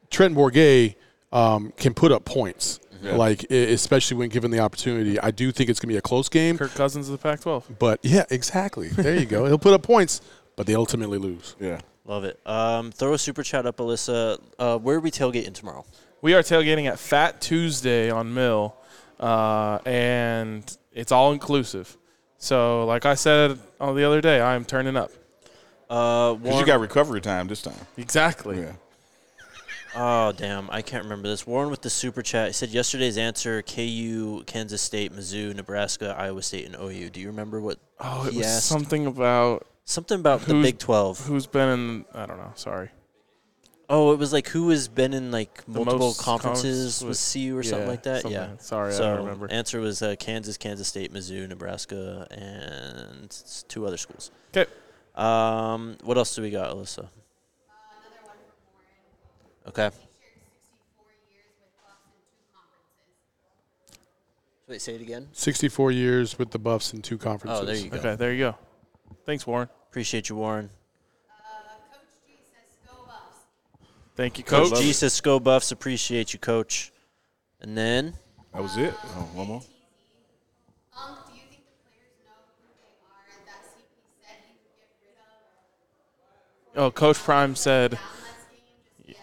Speaker 12: Trent Bourget um, can put up points. Yeah. like e, especially when given the opportunity. I do think it's going to be a close game.
Speaker 2: Kirk Cousins of the Pac-12.
Speaker 12: But yeah, exactly. There you go. He'll put up points, but they ultimately lose.
Speaker 3: Yeah,
Speaker 1: love it. Um, throw a super chat up, Alyssa. Uh, where are we tailgating tomorrow?
Speaker 2: We are tailgating at Fat Tuesday on Mill, uh, and it's all inclusive. So, like I said on the other day, I am turning up.
Speaker 1: Uh,
Speaker 3: Because you got recovery time this time.
Speaker 2: Exactly.
Speaker 3: Yeah.
Speaker 1: Oh damn, I can't remember this. Warren with the super chat. He said yesterday's answer: KU, Kansas State, Mizzou, Nebraska, Iowa State, and OU. Do you remember what?
Speaker 2: Oh, it
Speaker 1: was asked?
Speaker 2: something about
Speaker 1: something about the Big Twelve.
Speaker 2: Who's been in? I don't know. Sorry.
Speaker 1: Oh, it was like who has been in like
Speaker 2: The
Speaker 1: multiple
Speaker 2: most
Speaker 1: conferences
Speaker 2: conference
Speaker 1: with,
Speaker 2: with-
Speaker 1: CU or something
Speaker 2: yeah,
Speaker 1: like that.
Speaker 2: something.
Speaker 1: Yeah.
Speaker 2: Sorry, I
Speaker 1: so
Speaker 2: don't remember.
Speaker 1: Answer was uh, Kansas, Kansas State, Mizzou, Nebraska, and s- two other schools.
Speaker 2: 'Kay.
Speaker 1: Um, what else do we got, Alyssa? Okay. Wait, say it again.
Speaker 12: 64 years with the Buffs in two conferences.
Speaker 1: Oh, there you go.
Speaker 2: Okay, there you go. Thanks, Warren.
Speaker 1: Appreciate you, Warren.
Speaker 2: Thank you,
Speaker 1: Coach
Speaker 2: Coach.
Speaker 1: G says, "Go Buffs." Appreciate you, Coach. And then
Speaker 3: that was it. Oh, one more.
Speaker 2: Oh, Coach Prime said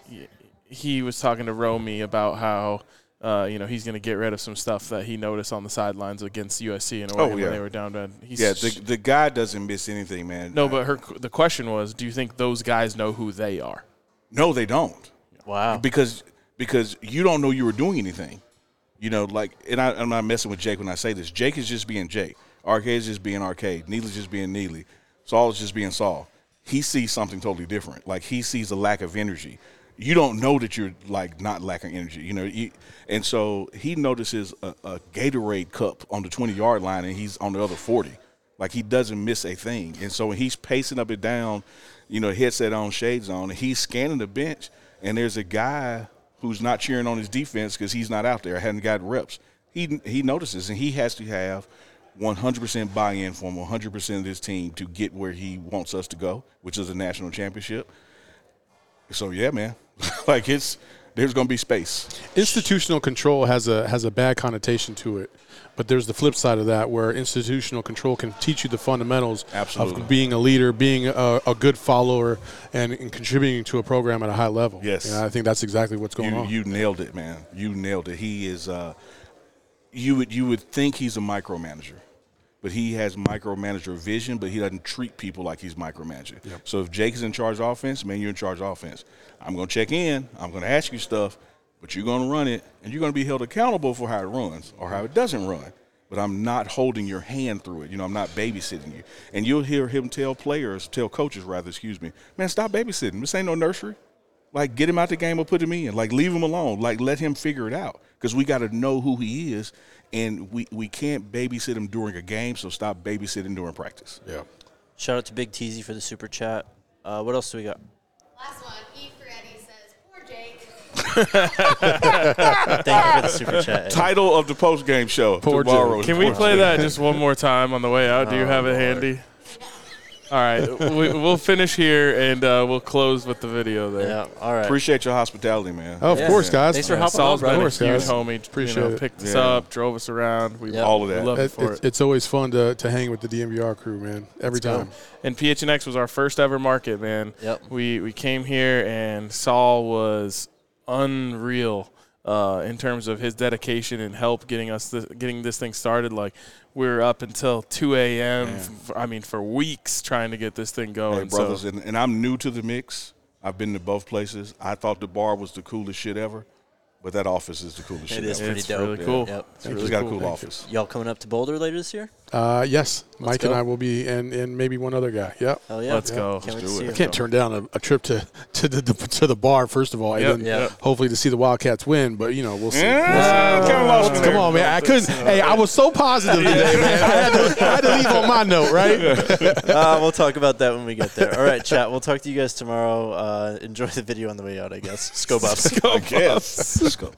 Speaker 2: y- he was talking to Romy about how uh, you know he's going to get rid of some stuff that he noticed on the sidelines against USC and Oregon when they were down to. He's
Speaker 3: yeah, the, the guy doesn't miss anything, man.
Speaker 2: no, but her the question was, do you think those guys know who they are?
Speaker 3: No, they don't.
Speaker 1: Wow.
Speaker 3: Because because you don't know you were doing anything. You know, like, and I, I'm not messing with Jake when I say this. Jake is just being Jake. Arcade is just being Arcade. Neely's just being Neely. Saul is just being Saul. He sees something totally different. Like he sees a lack of energy. You don't know that you're like not lacking energy. You know, you, and so he notices a, a Gatorade cup on the 20 yard line, and he's on the other 40. Like he doesn't miss a thing. And so when he's pacing up and down, you know, headset on, shades on, and he's scanning the bench, and there's a guy who's not cheering on his defense because he's not out there, hadn't got reps. He he notices, and he has to have 100% buy-in from 100% of this team to get where he wants us to go, which is a national championship. So yeah, man, like it's there's going to be space.
Speaker 12: institutional control has a has a bad connotation to it but there's the flip side of that where institutional control can teach you the fundamentals
Speaker 3: Absolutely.
Speaker 12: of being a leader being a, a good follower and, and contributing to a program at a high level
Speaker 3: Yes.
Speaker 12: and i think that's exactly what's going
Speaker 3: you,
Speaker 12: on
Speaker 3: You nailed it, man. You nailed it. He is. Uh, you would you would think he's a micromanager, but he has micromanager vision. But he doesn't treat people like he's micromanaging. So if Jake is in charge of offense, man, you're in charge of offense. I'm going to check in. I'm going to ask you stuff, but you're going to run it, and you're going to be held accountable for how it runs or how it doesn't run. But I'm not holding your hand through it. You know, I'm not babysitting you. And you'll hear him tell players, tell coaches rather, excuse me, man, stop babysitting. This ain't no nursery. Like, get him out the game or put him in. Like, leave him alone. Like, let him figure it out. Because we got to know who he is, and we, we can't babysit him during a game. So stop babysitting during practice. Yeah.
Speaker 1: shout out to Big Teasy for the super chat. Uh, what else do we got?
Speaker 4: E
Speaker 1: Thank you for the super chat.
Speaker 3: Title of the post game show
Speaker 2: Poor
Speaker 3: tomorrow. is
Speaker 2: Can we
Speaker 3: Poor
Speaker 2: play
Speaker 3: Jake.
Speaker 2: that just one more time on the way out? Do you
Speaker 3: Oh,
Speaker 2: have it handy? All right, we, we'll finish here and uh, we'll close with the video there.
Speaker 1: Yeah, all right.
Speaker 3: Appreciate your hospitality, man.
Speaker 12: Oh, of course, guys.
Speaker 2: Thanks for hopping on, brother.
Speaker 12: Of course,
Speaker 2: Huge
Speaker 12: guys.
Speaker 2: homie. Appreciate
Speaker 12: Appreciate
Speaker 2: you know,
Speaker 12: it.
Speaker 2: Picked us up, drove us around. We
Speaker 3: All of that.
Speaker 2: We love you
Speaker 12: It-
Speaker 2: for
Speaker 12: it's,
Speaker 2: it.
Speaker 12: it's always fun to, to hang with the DMVR crew, man. Every
Speaker 2: Let's go.
Speaker 12: time.
Speaker 2: And PHNX was our first ever market, man.
Speaker 1: Yep.
Speaker 2: We we came here and Saul was unreal uh, in terms of his dedication and help getting us th- getting this thing started. Like we were up until two a.m. f- I mean, for weeks trying to get this thing going.
Speaker 3: Hey, brothers,
Speaker 2: so,
Speaker 3: and, and I'm new to the mix. I've been to both places. I thought the bar was the coolest shit ever, but that office is the coolest shit
Speaker 1: It is
Speaker 3: ever.
Speaker 1: pretty dope.
Speaker 2: really cool.
Speaker 1: Yep.
Speaker 3: It's really got a cool office.
Speaker 1: Y'all coming up to Boulder later this year?
Speaker 12: Uh, yes, Mike and
Speaker 1: go.
Speaker 12: I will be, and, and maybe one other guy. Yep.
Speaker 1: Hell yeah. Let's go. Can't wait to see
Speaker 12: I
Speaker 1: you.
Speaker 12: can't turn down a, a trip to to the, the to the bar first of all, and
Speaker 2: Yep.
Speaker 12: then
Speaker 2: Yep.
Speaker 12: hopefully to see the Wildcats win. But you know, we'll see.
Speaker 2: Yeah,
Speaker 12: We'll see.
Speaker 2: Kevin Lawson
Speaker 12: Come on, man! I couldn't. Hey, I was so positive today, man. I had, to, I had to leave on my note, right?
Speaker 1: uh, we'll talk about that when we get there. All right, chat. We'll talk to you guys tomorrow. Uh, enjoy the video on the way out, I guess. Let's go, Buffs.
Speaker 2: Let's go,
Speaker 1: I guess.
Speaker 2: Buffs.
Speaker 3: Let's go.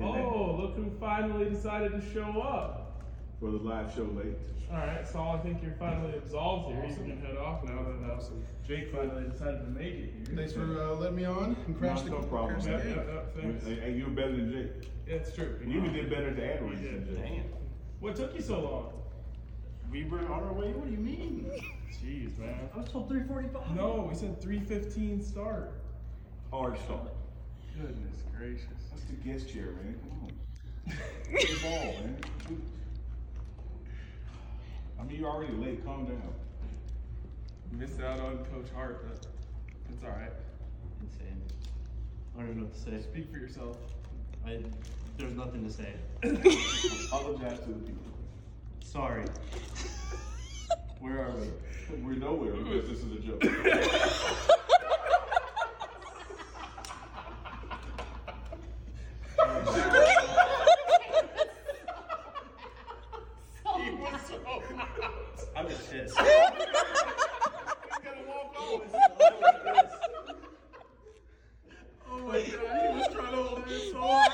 Speaker 2: oh, look who finally decided to show up.
Speaker 6: For the live show late.
Speaker 2: All right, Saul, I think you're finally absolved here. You can head off now that uh, Jake finally decided to make it here.
Speaker 7: Thanks for uh, letting me on and crash the
Speaker 6: no problem,
Speaker 7: crash the
Speaker 6: man.
Speaker 7: game.
Speaker 6: Hey, hey, you were better than Jake.
Speaker 2: It's true.
Speaker 6: And you even did better at the ad reads than Jake.
Speaker 2: What took you so long?
Speaker 8: We were on our way. What do you mean? Jeez, man.
Speaker 5: I was told 345.
Speaker 2: No, we said 315 start.
Speaker 6: Hard start.
Speaker 2: Goodness gracious.
Speaker 6: That's the guest chair, man. Come on. Play ball, man. I mean, you're already late. Calm down.
Speaker 2: Missed out on Coach Hart, but it's all right.
Speaker 8: Insane. I don't even know what to say.
Speaker 2: Speak for yourself.
Speaker 8: I, there's nothing to say.
Speaker 6: Apologize to the people.
Speaker 8: Sorry. Where are we?
Speaker 3: We're nowhere because this is a joke.
Speaker 8: He was so loud.
Speaker 3: I'm just
Speaker 8: He's
Speaker 3: pissed.
Speaker 8: gonna walk off. Oh my god, he was trying to hold it in so long.